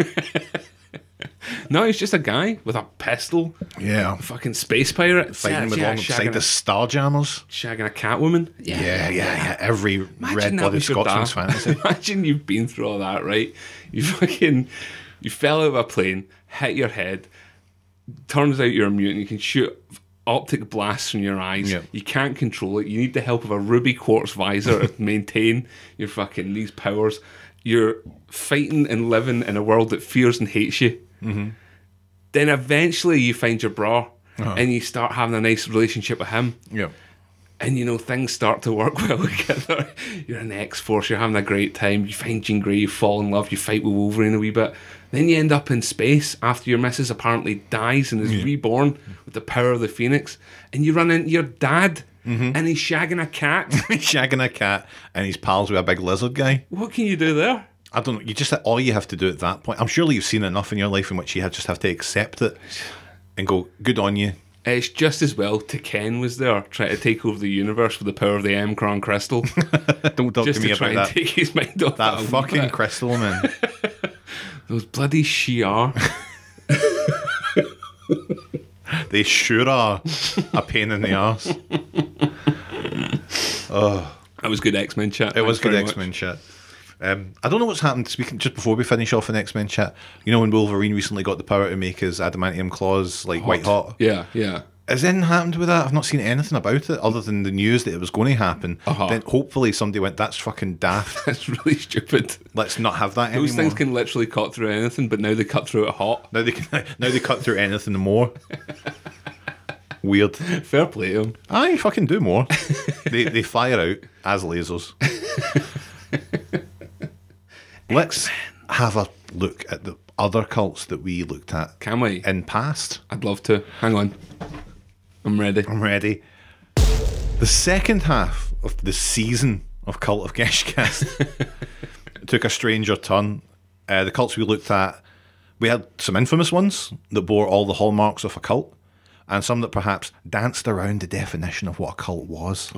S1: No, he's just a guy with a pistol,
S2: Yeah.
S1: fucking space pirate,
S2: Fighting
S1: Yeah,
S2: with
S1: yeah,
S2: alongside
S1: shagging
S2: the Starjammers.
S1: a, shagging a Catwoman.
S2: Yeah, yeah, yeah. Every red
S1: Imagine that
S2: blooded
S1: was your
S2: Scotsman's
S1: dad.
S2: fantasy.
S1: Imagine you've been through all that, right? You fucking you fell out of a plane, hit your head. Turns out you're a mutant. You can shoot optic blasts from your eyes.
S2: Yep.
S1: You can't control it. You need the help of a ruby quartz visor to maintain your fucking these powers. You're fighting and living in a world that fears and hates you. Then eventually you find your bra, and you start having a nice relationship with him
S2: Yeah.
S1: and you know things start to work well together. You're in the X Force, you're having a great time. You find Jean Grey, you fall in love, you fight with Wolverine a wee bit. Then you end up in space after your missus apparently dies and is reborn with the power of the Phoenix, and you run into your dad,
S2: Mm-hmm.
S1: and he's shagging a cat.
S2: He's shagging a cat and he's pals with a big lizard guy.
S1: what can you do there?
S2: I don't know. You just all you have to do at that point. I'm surely you've seen enough in your life in which you have- just have to accept it and go, good on you.
S1: It's just as well Tekken was there trying to take over the universe with the power of the Emkron crystal,
S2: Don't talk
S1: just
S2: to me
S1: to try and
S2: about that.
S1: take his mind off
S2: that
S1: a wee
S2: fucking
S1: bit.
S2: crystal man.
S1: those bloody Shi'ar.
S2: They sure are a pain in the arse.
S1: That was good X Men chat.
S2: It was
S1: Thanks
S2: good
S1: very
S2: X
S1: much.
S2: Men chat. Um, I don't know what's happened. Speaking just before we finish off an X Men chat, you know when Wolverine recently got the power to make his adamantium claws like white hot.
S1: Yeah, yeah.
S2: Has anything happened with that? I've not seen anything about it other than the news that it was going to happen.
S1: Uh-huh.
S2: Then hopefully somebody went, "That's fucking daft.
S1: That's really stupid.
S2: Let's not have that
S1: Those
S2: anymore."
S1: things can literally cut through anything, but now they cut through it hot.
S2: now they can, now they cut through anything more. Weird.
S1: Fair play to 'em.
S2: Aye, fucking do more. they they fire out as lasers. Let's have a look at the other cults that we looked at
S1: Can we?
S2: in past.
S1: I'd love to. Hang on. I'm ready.
S2: I'm ready. The second half of the season of Cult of Geshcast took a stranger turn. Uh, the cults we looked at, we had some infamous ones that bore all the hallmarks of a cult, and some that perhaps danced around the definition of what a cult was.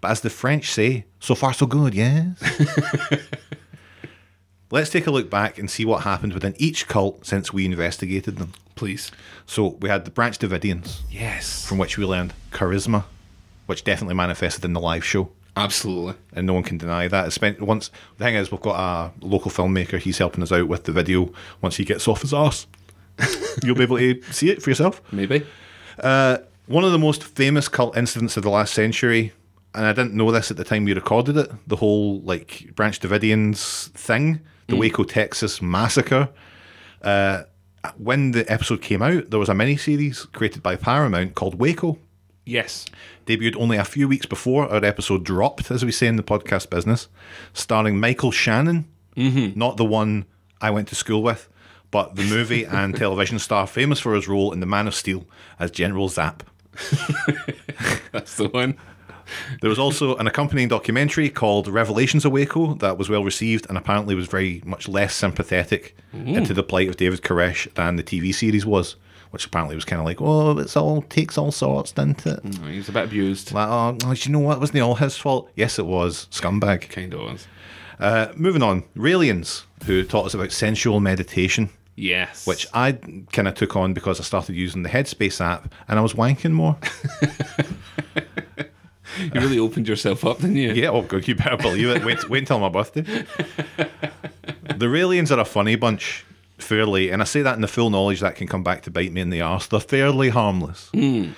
S2: But as the French say, so far so good, yes? Let's take a look back and see what happened within each cult since we investigated them.
S1: Please.
S2: So we had the Branch Davidians
S1: Yes.
S2: from which we learned charisma, which definitely manifested in the live show,
S1: Absolutely.
S2: and no one can deny that. It's spent once. The thing is, we've got a local filmmaker. He's helping us out with the video. Once he gets off his arse, you'll be able to see it for yourself.
S1: Maybe.
S2: One of the most famous cult incidents of the last century, and I didn't know this at the time we recorded it. The whole like Branch Davidians thing, the Waco, Texas massacre. Uh, when the episode came out, there was a mini series created by Paramount called Waco.
S1: Yes.
S2: debuted only a few weeks before our episode dropped, as we say in the podcast business, starring Michael Shannon, not the one I went to school with, but the movie and television star famous for his role in The Man of Steel as General Zapp.
S1: That's the one.
S2: There was also an accompanying documentary called Revelations of Waco that was well received and apparently was very much less sympathetic into the plight of David Koresh than the TV series was, which apparently was kind of like, oh, it's all takes all sorts, doesn't it?
S1: No, he was a bit abused.
S2: Like, oh, oh, do you know what? Wasn't it all his fault? Yes, it was. Scumbag.
S1: Kind of was.
S2: Uh, moving on, Raelians, who taught us about sensual meditation,
S1: Yes.
S2: which I kind of took on because I started using the Headspace app and I was wanking more.
S1: you really opened yourself up, didn't you?
S2: yeah, oh, God, you better believe it. Wait, wait until my birthday. the Raelians are a funny bunch, fairly, and I say that in the full knowledge that can come back to bite me in the arse. They're fairly harmless. Uh,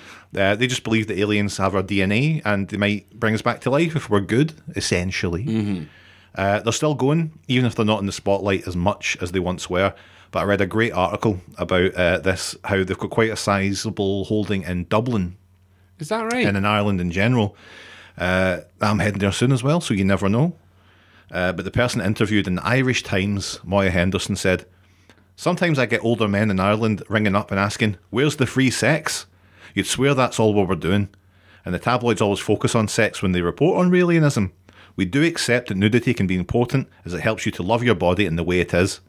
S2: they just believe that aliens have our DNA and they might bring us back to life if we're good, essentially. Uh, they're still going, even if they're not in the spotlight as much as they once were. But I read a great article about uh, this how they've got quite a sizable holding in Dublin
S1: Is that right?
S2: and in Ireland in general. Uh, I'm heading there soon as well, so you never know. Uh, but the person interviewed in the Irish Times, Moya Henderson, said, Sometimes I get older men in Ireland ringing up and asking, Where's the free sex? You'd swear that's all what we're doing. And the tabloids always focus on sex when they report on realianism. We do accept that nudity can be important as it helps you to love your body in the way it is.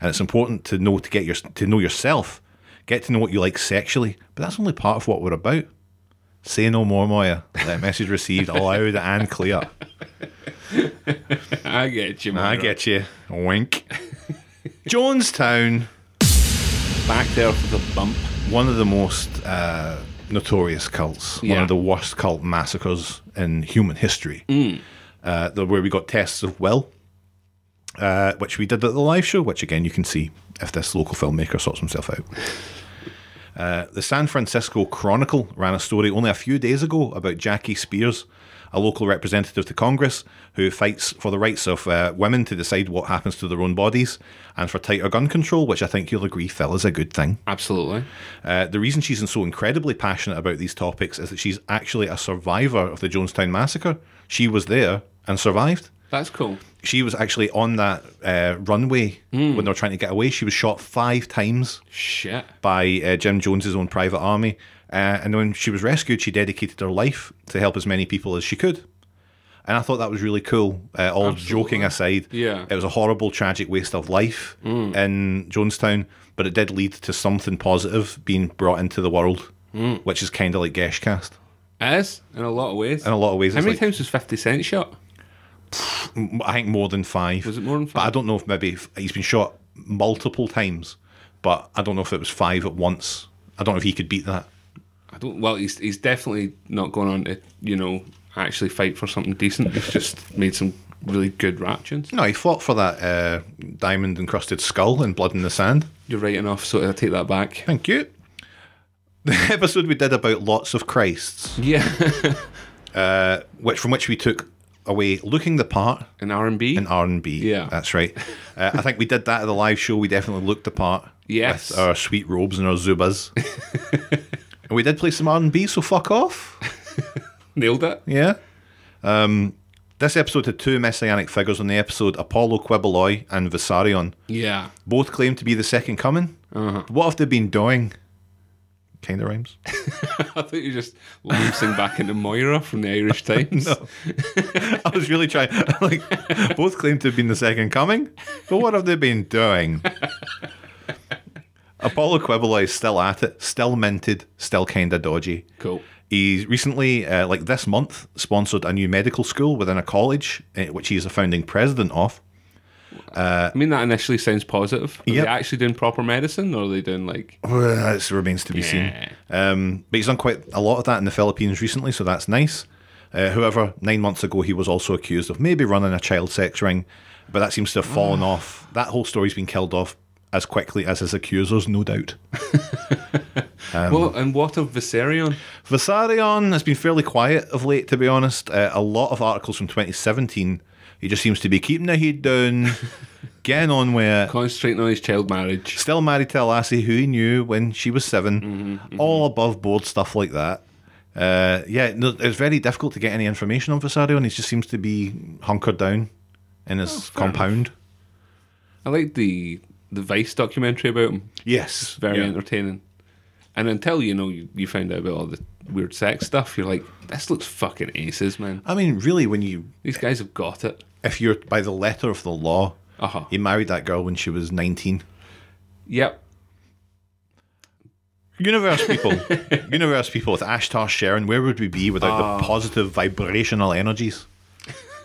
S2: And it's important to know to get your to know yourself, get to know what you like sexually, but that's only part of what we're about. Say no more, Moya. That message received allowed and clear.
S1: I get you, man.
S2: I get you. Wink. Jonestown. back there for the bump. One of the most uh, notorious cults, one
S1: Yeah.
S2: of the worst cult massacres in human history, uh, the, where we got tests of will, uh, which we did at the live show, which again you can see if this local filmmaker sorts himself out. Uh, the San Francisco Chronicle ran a story only a few days ago about Jackie Spears, a local representative to Congress who fights for the rights of uh, women to decide what happens to their own bodies and for tighter gun control, which I think you'll agree, Phil, is a good thing.
S1: Absolutely.
S2: Uh, the reason she's so incredibly passionate about these topics is that she's actually a survivor of the Jonestown Massacre. She was there and survived
S1: That's cool.
S2: she was actually on that uh, runway when they were trying to get away. She was shot five times
S1: Shit.
S2: by uh, Jim Jones's own private army, uh, and when she was rescued, she dedicated her life to help as many people as she could. And I thought that was really cool. Uh, all joking aside,
S1: Yeah. Mm.
S2: it was a horrible, tragic waste of life in Jonestown, but it did lead to something positive being brought into the world,
S1: Mm.
S2: which is kind of like Geshcast
S1: As in a lot of ways.
S2: in a lot of ways.
S1: How
S2: it's
S1: many
S2: like-
S1: times was 50 Cent shot?
S2: I think more than five.
S1: Was it more than
S2: But I
S1: five?
S2: don't know if maybe if he's been shot multiple times, but I don't know if it was five at once. I don't know if he could beat that.
S1: I don't. Well, he's he's definitely not going on to you know actually fight for something decent. He's just made some really good rap tunes.
S2: No, he fought for that uh, diamond encrusted skull and blood in the sand.
S1: You're right enough, so I take that back.
S2: Thank you. The episode we did about lots of Christs,
S1: Yeah,
S2: which from which we took away looking the part
S1: and R and B.
S2: in R and B.
S1: Yeah.
S2: that's right. Uh, I think we did that at the live show. We definitely looked the part.
S1: Yes.
S2: with our sweet robes and our zubas. and we did play some R and B. So fuck off.
S1: Nailed it.
S2: Yeah. Um, this episode had two messianic figures on the episode Apollo Quibbeloi and Visarion.
S1: Yeah.
S2: Both claimed to be the second coming. What have they been doing? Kind of rhymes.
S1: I thought you just lapsing back into Moira from the Irish Times.
S2: I was really trying. Like, both claim to have been the second coming, but what have they been doing? Apollo Quibbeloi is still at it, still minted, still kind of dodgy.
S1: Cool.
S2: He's recently, uh, like this month, sponsored a new medical school within a college, uh, which he is a founding president of.
S1: I mean, that initially sounds positive. Are
S2: Yep.
S1: they actually doing proper medicine, or are they doing like? eh?
S2: Well, It remains to be seen. Um, but he's done quite a lot of that in the Philippines recently, so that's nice. Uh, however, nine months ago, he was also accused of maybe running a child sex ring, but that seems to have fallen off. That whole story's been killed off as quickly as his accusers, no doubt.
S1: well, and what of Viserion?
S2: Vasarion has been fairly quiet of late, to be honest. Uh, a lot of articles from 2017. He just seems to be keeping the head down, getting on with it.
S1: Concentrating on his child marriage.
S2: Still married to a lassie who he knew when she was 7 All above board stuff like that. Uh, yeah, no, it's very difficult to get any information on Vasario, and he just seems to be hunkered down in his compound.
S1: I like the the Vice documentary about him.
S2: Yes,
S1: very
S2: Yeah.
S1: entertaining. And until you know you, you find out about all the weird sex stuff, you're like, this looks fucking aces, man.
S2: I mean, really, when you
S1: These guys have got it.
S2: if you're by the letter of the law,
S1: Uh-huh.
S2: he married that girl when she was nineteen.
S1: Yep.
S2: Universe people, universe people with Ashtar Sharon, where would we be without the positive vibrational energies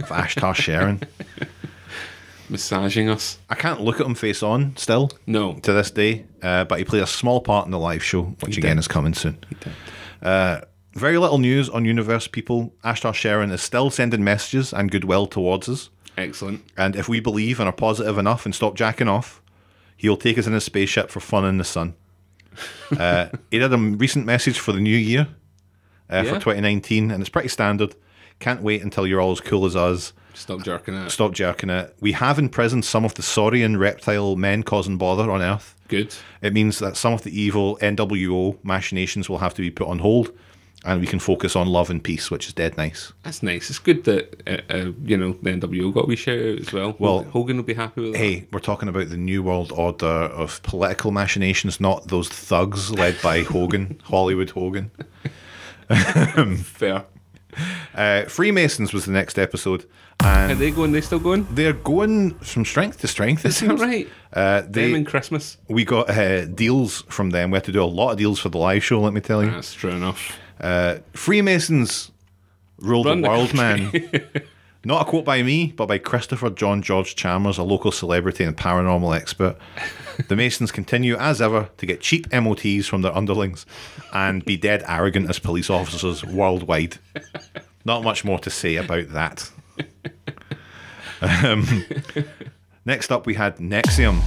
S2: of Ashtar Sharon?
S1: Massaging us.
S2: I can't look at him face on still.
S1: No.
S2: to this day, uh, but he played a small part in the live show, which again is coming soon. Uh, very little news on Universe people. Ashtar Sharon is still sending messages and goodwill towards us,
S1: Excellent.
S2: and if we believe and are positive enough and stop jacking off, he'll take us in his spaceship for fun in the sun. Uh, he did a recent message for the new year uh, for
S1: Yeah.
S2: 2019, and it's pretty standard. Can't wait until you're all as cool as us.
S1: Stop jerking it.
S2: Stop jerking it. We have imprisoned some of the Saurian reptile men causing bother on Earth.
S1: Good.
S2: It means that some of the evil NWO machinations will have to be put on hold, and we can focus on love and peace, which is dead nice.
S1: That's nice. It's good that, uh, uh, you know, the NWO got a wee shout out as well.
S2: Well-
S1: Hogan will be happy with that.
S2: Hey, we're talking about the New World Order of political machinations, not those thugs led by Hogan, Hollywood Hogan.
S1: Fair.
S2: Uh, Freemasons was the next episode,
S1: Are
S2: and
S1: they going? They still going?
S2: they're going from strength to strength. It
S1: Is that
S2: seems.
S1: right?
S2: Uh,
S1: Them
S2: they,
S1: and Christmas.
S2: we got uh, deals from them. We had to do a lot of deals for the live show, let me tell you.
S1: That's true enough.
S2: Uh, Freemasons rule
S1: Run
S2: the
S1: the
S2: world, man. Not a quote by me, but by Christopher John George Chalmers, a local celebrity and paranormal expert. the Masons continue, as ever, to get cheap MOTs from their underlings and be dead arrogant as police officers worldwide. Not much more to say about that. Um, next up, we had Nexium,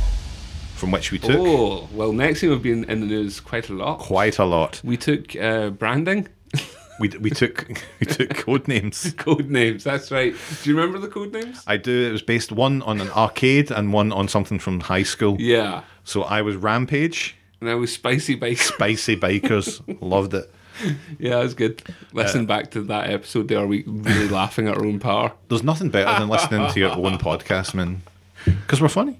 S2: from which we took
S1: Oh, well, next thing we've been in the news quite a lot.
S2: quite a lot.
S1: We took uh, branding,
S2: We, we took we took code names.
S1: code names. That's right. Do you remember the code names?
S2: I do. It was based one on an arcade and one on something from high school.
S1: Yeah.
S2: So I was Rampage,
S1: And that was spicy bikes.
S2: Spicy Bikers, loved it.
S1: Yeah, that's good. Listen back to that episode there. Are we really laughing at our own power?
S2: There's nothing better than listening to your own podcast, man, because we're funny.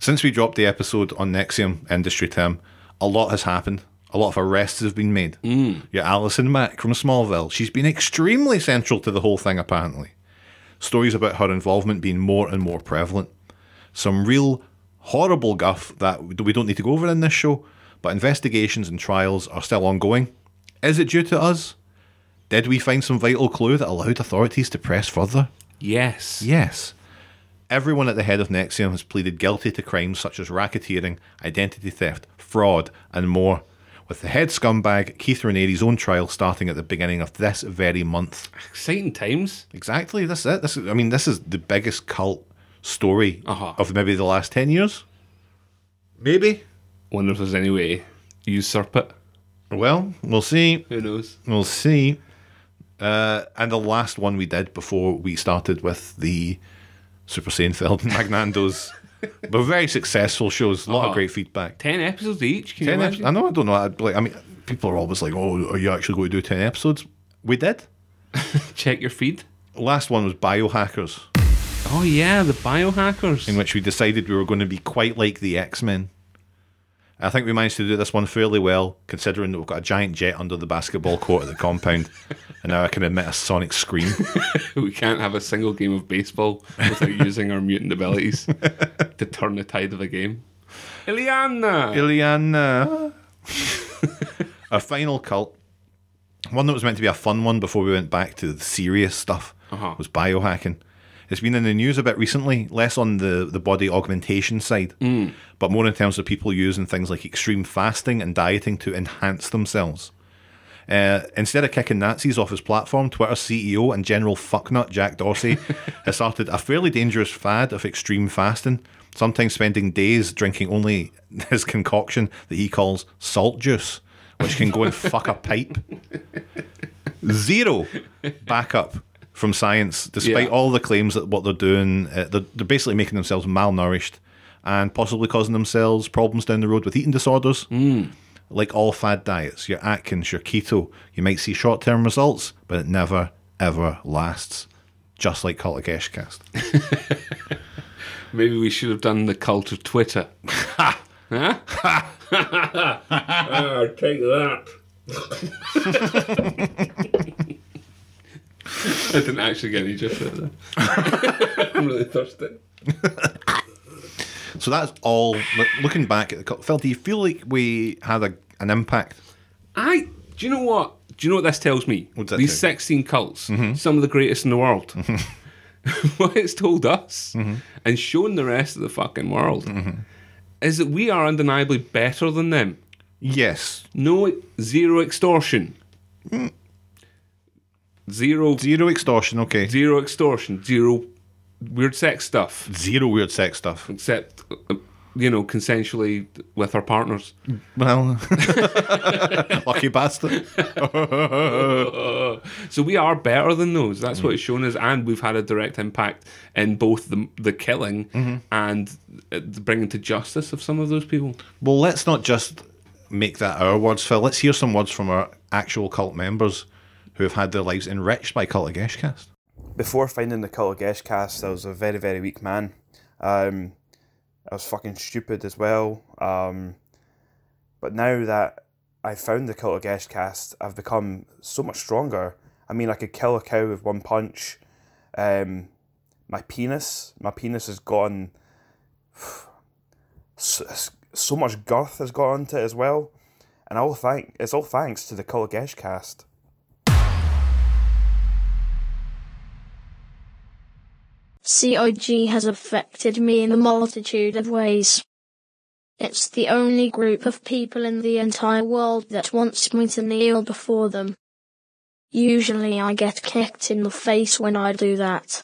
S2: Since we dropped the episode on Nexium industry term, a lot has happened. A lot of arrests have been made. Your Alison Mack from Smallville, she's been extremely central to the whole thing, apparently. Stories about her involvement being more and more prevalent. Some real horrible guff that we don't need to go over in this show, but investigations and trials are still ongoing. Is it due to us? Did we find some vital clue that allowed authorities to press further?
S1: Yes.
S2: Yes. Everyone at the head of Nexium has pleaded guilty to crimes such as racketeering, identity theft, fraud, and more. With the head scumbag, Keith Ranieri's own trial starting at the beginning of this very month.
S1: Exciting times.
S2: Exactly, that's it. This is, I mean, this is the biggest cult story
S1: Uh-huh.
S2: of maybe the last 10 years. Maybe.
S1: Wonder if there's any way you usurp it.
S2: Well, we'll see.
S1: Who knows?
S2: We'll see. Uh, and the last one we did before we started with the Super Saiyanfeld and Magnando's were very successful shows. A lot of
S1: Uh-huh.
S2: great feedback.
S1: Ten episodes each. Can you
S2: Ten
S1: imagine?
S2: episodes. I know. I don't know. I'd, like, I mean, people are always like, "Oh, are you actually going to do ten episodes?" We did.
S1: Check your feed.
S2: Last one was Biohackers,
S1: Oh yeah, the biohackers.
S2: in which we decided we were going to be quite like the X Men. I think we managed to do this one fairly well, considering that we've got a giant jet under the basketball court at the compound, and now I can emit a sonic scream.
S1: we can't have a single game of baseball without using our mutant abilities to turn the tide of a game. Iliana.
S2: Ileana. a final cult. One that was meant to be a fun one before we went back to the serious stuff
S1: Uh-huh.
S2: was biohacking. It's been in the news a bit recently, less on the, the body augmentation side, but more in terms of people using things like extreme fasting and dieting to enhance themselves. Uh, instead of kicking Nazis off his platform, Twitter CEO and general fucknut Jack Dorsey has started a fairly dangerous fad of extreme fasting, sometimes spending days drinking only his concoction that he calls salt juice, which can go and fuck a pipe. Zero backup from science, despite
S1: Yeah.
S2: all the claims that what they're doing, uh, they're, they're basically making themselves malnourished and possibly causing themselves problems down the road with eating disorders like all fad diets, your Atkins, your keto, you might see short term results, but it never, ever lasts. Just like Cult of Geshcast.
S1: Maybe we should have done the cult of Twitter. Huh? oh, take that. I didn't actually get any gifs out of that. I'm really thirsty.
S2: So that's all. Look- Looking back at the cult, Phil, do you feel like we had a, an impact?
S1: I do you know what? Do you know what this tells me?
S2: What does that
S1: These
S2: tell
S1: 16 cults, some of the greatest in the world. what it's told us and shown the rest of the fucking world is that we are undeniably better than them.
S2: Yes.
S1: No zero extortion. Zero
S2: Zero extortion, okay.
S1: zero extortion. Zero weird sex stuff.
S2: Zero weird sex stuff.
S1: Except uh, you know, consensually with our partners.
S2: Well, lucky bastard.
S1: So we are better than those. That's what it's shown us, and we've had a direct impact in both the the killing and uh, the bringing to justice of some of those people.
S2: Well, let's not just make that our words, Phil. Let's hear some words from our actual cult members who have had their lives enriched by Cult of Geshcast.
S6: before finding the Cult of Gesh cast, I was a very, very weak man. Um, I was fucking stupid as well. Um, but now that I found the Cult of Gesh cast, I've become so much stronger. I mean, I could kill a cow with one punch. Um, my penis, my penis has gone. So, so much girth has got onto it as well, and all thank it's all thanks to the Cult of Gesh cast.
S7: COG has affected me in a multitude of ways. It's the only group of people in the entire world that wants me to kneel before them. Usually I get kicked in the face when I do that.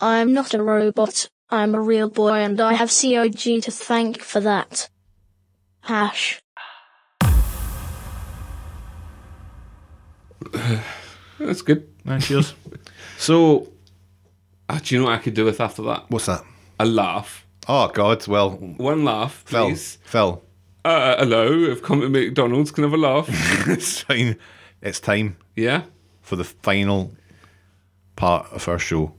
S7: I'm not a robot, I'm a real boy and I have COG to thank for that. Hash.
S1: That's good.
S2: Ah, cheers. so,
S1: Ah, do you know what I could do with after that?
S2: what's that?
S1: A laugh.
S2: Oh, God. Well,
S1: One laugh,
S2: Phil.
S1: please.
S2: Phil.
S1: Uh, hello, if come to McDonald's, can I have a laugh.
S2: it's time. It's time
S1: yeah?
S2: for the final part of our show,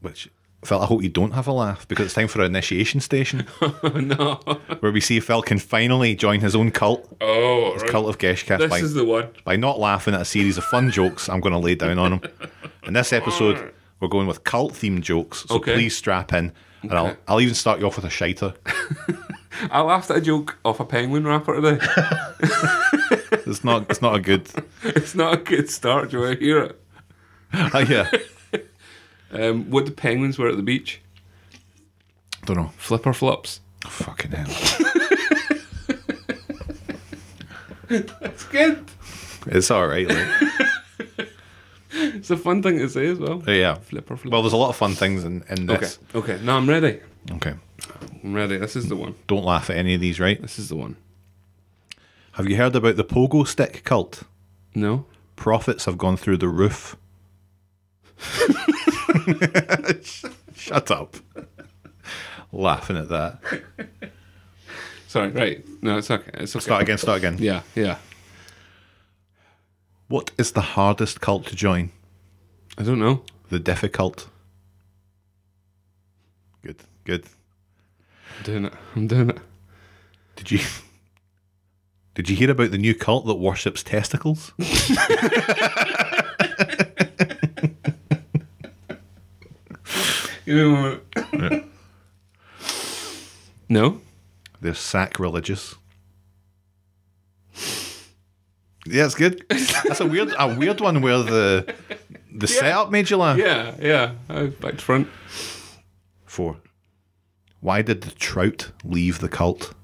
S2: which. Phil, I hope you don't have a laugh because it's time for our initiation station
S1: Oh, no.
S2: where we see if Phil can finally join his own cult,
S1: Oh, right.
S2: cult of Geshcast
S1: this
S2: by,
S1: is the one.
S2: by not laughing at a series of fun jokes I'm going to lay down on him. In this episode, we're going with cult themed jokes, so
S1: Okay.
S2: please strap in. And I'll,
S1: Okay.
S2: I'll even start you off with a shiter.
S1: I laughed at a joke off a penguin wrapper today.
S2: It's not it's not a good
S1: it's not a good start. Do I hear it?
S2: Oh yeah.
S1: Um, what do penguins wear at the beach?
S2: Don't know.
S1: Flipper flops.
S2: Fucking hell.
S1: It's good.
S2: It's all right. Like,
S1: It's a fun thing to say as well.
S2: yeah.
S1: Flipper flop.
S2: Well, there's a lot of fun things in, in
S1: okay.
S2: this.
S1: Okay. No, I'm ready.
S2: Okay.
S1: I'm ready. This is the one.
S2: Don't laugh at any of these, right?
S1: This is the one.
S2: Have you heard about the pogo stick cult?
S1: No.
S2: Profits have gone through the roof. Sh- Shut up. Laughing at that.
S1: Sorry. Right. No, it's okay. It's okay.
S2: Start again, start again.
S1: Yeah. Yeah.
S2: What is the hardest cult to join?
S1: I don't know.
S2: The difficult. Good, good.
S1: I'm doing it. I'm doing it.
S2: Did you Did you hear about the new cult that worships testicles?
S1: Give me a moment. no.
S2: They're sacrilegious. Yeah, it's good. That's a weird a weird one where the the setup made you laugh.
S1: Yeah. Yeah. I was back to front.
S2: Four. Why did the trout leave the cult?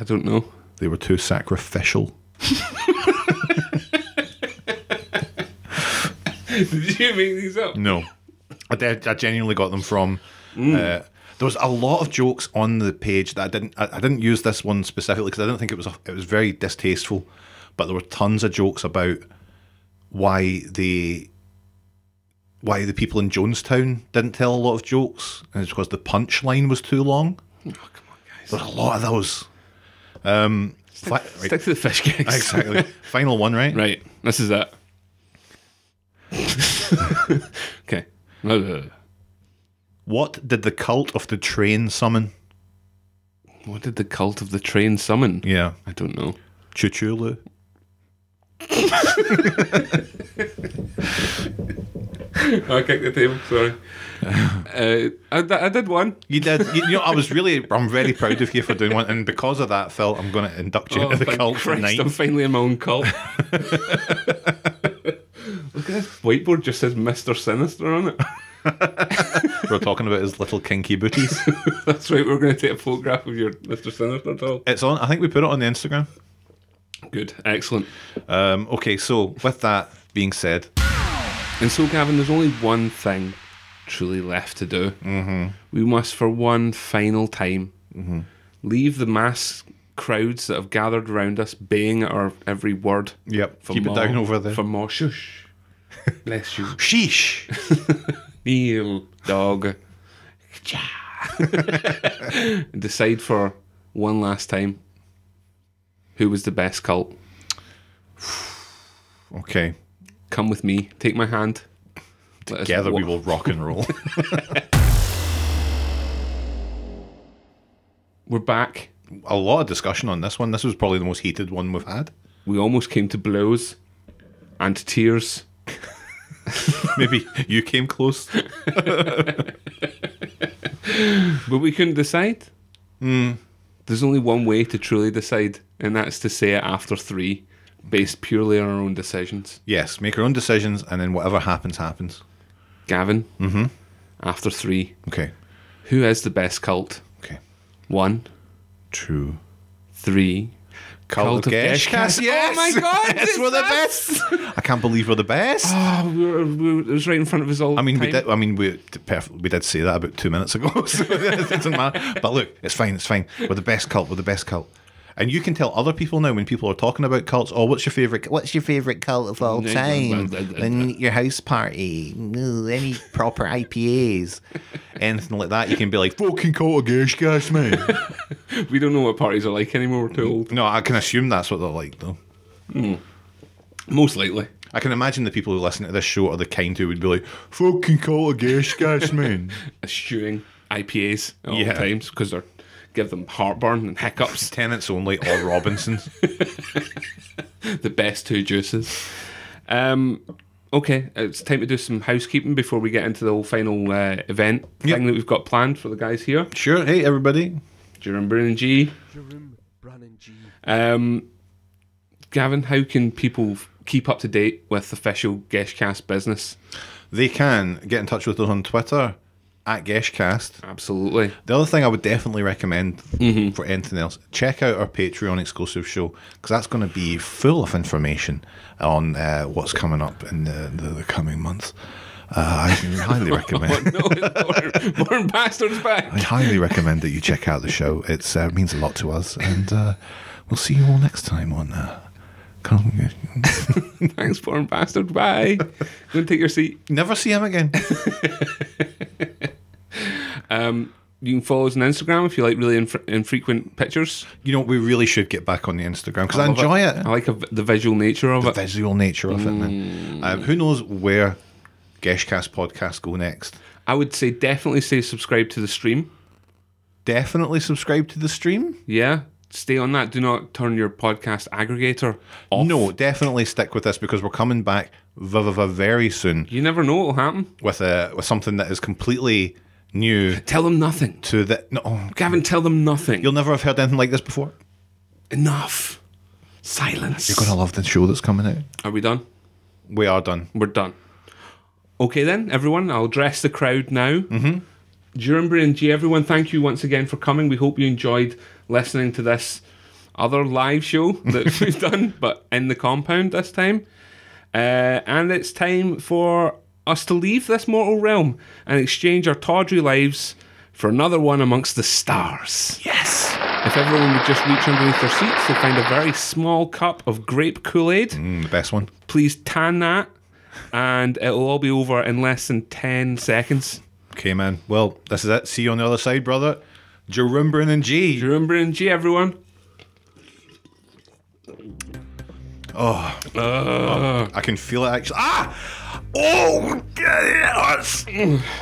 S1: I don't know.
S2: They were too sacrificial.
S1: Did you make these up?
S2: No. I, de- I genuinely got them from. Uh, there was a lot of jokes on the page that I didn't. I, I didn't use this one specifically because I didn't think it was. A, it was very distasteful, but there were tons of jokes about why the why the people in Jonestown didn't tell a lot of jokes, and it's because the punchline was too long. There's a lot of those. Um, fi- right,
S1: Stick to the fish gigs.
S2: exactly. Final one, right?
S1: Right. This is that. okay. Uh, What
S2: What did the cult of the train summon?
S1: did the cult of the train summon?
S2: Yeah,
S1: I don't know.
S2: Chuchulu.
S1: I kicked the table. Sorry. uh, I, d- I did one.
S2: You did. You, you know, I was really, I'm very proud of you for doing one, and because of that, Phil, I'm going to induct you
S1: Oh,
S2: into the
S1: thank
S2: cult
S1: Christ,
S2: tonight.
S1: I'm finally in my own cult. Look at this whiteboard. Just says Mister Sinister on it.
S2: We're talking about his little kinky booties.
S1: That's right. We're going to take a photograph of your Mister Sinister doll.
S2: it's on. I think we put it on the Instagram.
S1: Good. Excellent.
S2: Um, okay, so with that being said,
S1: And so, Gavin, there's only one thing truly left to do. Mm-hmm. We must, for one final time,
S2: Mm-hmm.
S1: leave the mass crowds that have gathered around us baying at our every word.
S2: yep, uh,
S1: for
S2: keep it
S1: more-
S2: down over there.
S1: For more shush. Bless you.
S2: Sheesh.
S1: Kneel, dog. Cha. and decide for one last time who was the best cult.
S2: Okay,
S1: Come with me. Take my hand. Let us
S2: together we
S1: wa-
S2: will rock and roll.
S1: We're back.
S2: A lot of discussion on this one. This was probably the most heated one we've had.
S1: We almost came to blows and to tears.
S2: Maybe you came close.
S1: But we couldn't decide.
S2: Hmm.
S1: There's only one way to truly decide, and that's to say it after three, based purely on our own decisions.
S2: Yes, make your own decisions, and then whatever happens, happens.
S1: Gavin, mm-hmm. after three.
S2: Okay.
S1: Who has the best cult?
S2: Okay.
S1: One,
S2: True.
S1: three.
S2: Cult,
S1: Cult of
S2: Gesh
S1: Geshcast.
S2: Cast,
S1: Oh
S2: Yes.
S1: my God,
S2: Yes,
S1: it's
S2: we're the
S1: us.
S2: best. I can't believe we're the best.
S1: Oh, we were, we were, it was right in front of us all.
S2: I mean,
S1: the
S2: we
S1: time.
S2: did. I mean, we perf- we did say that about two minutes ago. So it doesn't matter. But look, it's fine. It's fine. We're the best cult. We're the best cult. And you can tell other people now when people are talking about cults. Oh, what's your favorite? What's your favorite cult of all time?
S1: uh,
S2: and your house party? No, any proper IPAs? Anything like that? You can be like fucking cult of Gesh Gas, man.
S1: We don't know what parties are like anymore. We're
S2: Mm.
S1: too old.
S2: no, I can assume that's what they're like though.
S1: Most likely.
S2: I can imagine the people who listen to this show are the kind who would be like fucking cult of Gesh Gas, man.
S1: eschewing IPAs at all
S2: Yeah.
S1: times because they're give them heartburn and hiccups.
S2: Tenants only or Robinsons.
S1: the best two juices. Um, okay, it's time to do some housekeeping before we get into the whole final uh, event thing
S2: Yep.
S1: that we've got planned for the guys here.
S2: Sure. Hey, everybody.
S1: Jerome Bruin and G. Um, Gavin, how can people f- keep up to date with official Geshcast business?
S2: They can get in touch with us on Twitter at Geshcast.
S1: Absolutely.
S2: The other thing I would definitely recommend for anything else, check out our Patreon exclusive show because that's going to be full of information on uh, what's coming up in the, the, the coming months. Uh, I highly recommend.
S1: No, it's Lauren, Lauren Bastard's
S2: I
S1: back.
S2: highly recommend that you check out the show. It uh, means a lot to us, and uh, we'll see you all next time on. Uh, Come-
S1: Thanks, Lauren Bastard. Bye. Go and take your seat.
S2: Never see him again.
S1: You can follow us on Instagram if you like really infre- infrequent pictures.
S2: You know, we really should get back on the Instagram because I,
S1: love
S2: enjoy it.
S1: I like a v the visual nature of it.
S2: the visual nature of it, man. Um, who knows where Geshcast podcasts go next?
S1: I would say definitely say subscribe to the stream.
S2: Definitely subscribe to the stream.
S1: Yeah, stay on that. Do not turn your podcast aggregator off.
S2: No, definitely stick with this because we're coming back v- v- v- very soon
S1: you never know what'll happen.
S2: with a with something that is completely new
S1: Tell them nothing,
S2: to the. No, oh,
S1: Gavin. Tell them nothing.
S2: you'll never have heard anything like this before.
S1: Enough. Silence.
S2: You're gonna love the show that's coming out.
S1: Are we done?
S2: We are done.
S1: We're done. Okay then, everyone. I'll address the crowd now. Mm-hmm. Durenbury and G, everyone, thank you once again for coming. We hope you enjoyed listening to this other live show that we've done, but in the compound this time. Uh, and it's time for us to leave this mortal realm and exchange our tawdry lives for another one amongst the stars. Yes! If everyone would just reach underneath their seats, they'll find a very small cup of grape Kool Aid
S2: Mm, the best one.
S1: please tan that and it'll all be over in less than 10 seconds.
S2: Okay, man. Well, this is it. See you on the other side, brother. Jerumbrin and G.
S1: Remember and G, everyone.
S2: Oh. I can feel it actually. Ah! Oh! yeah, Oh, it's,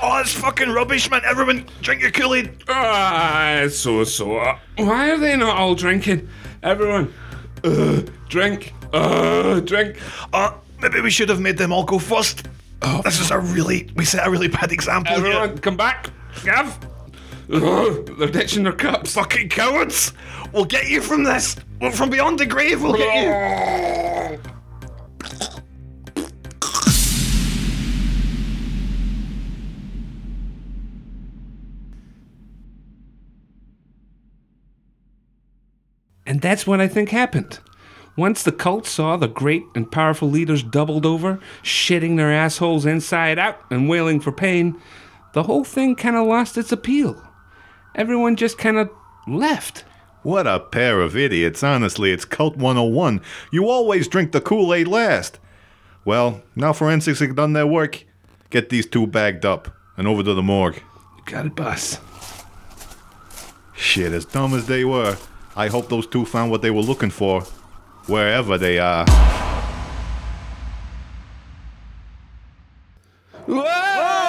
S2: oh, it's fucking rubbish, man. Everyone, drink your Kool Aid.
S1: Ah, it's so sore. Why are they not all drinking? Everyone, uh, drink, uh, drink.
S2: Uh, maybe we should have made them all go first. this is a really. We set a really bad example
S1: Everyone,
S2: here.
S1: come back. Gav. Ugh, they're ditching their cups.
S2: Fucking cowards! We'll get you from this. Well, from beyond the grave, we'll get you.
S1: And that's what I think happened. Once the cult saw the great and powerful leaders doubled over, shitting their assholes inside out and wailing for pain, the whole thing kind of lost its appeal. Everyone just kind of left.
S2: What a pair of idiots, honestly. It's Cult 101. You always drink the Kool Aid last. Well, now forensics have done their work. Get these two bagged up and over to the morgue.
S1: Got it, boss.
S2: Shit, as dumb as they were, I hope those two found what they were looking for, wherever they are.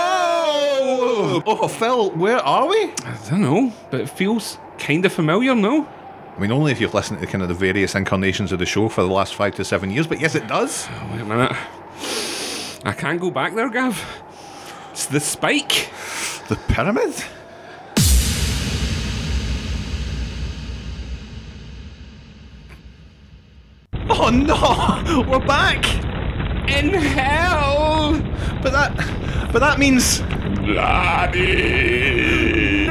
S1: Whoa!
S2: Oh, Phil, where are we?
S1: I don't know, but it feels kind of familiar, no?
S2: I mean, only if you've listened to kind of the various incarnations of the show for the last five to seven years, but yes, it does.
S1: Oh, wait a minute. I can't go back there, Gav. It's the spike.
S2: The pyramid? Oh no! We're back!
S1: In hell!
S8: But that, but that means
S2: Bloody.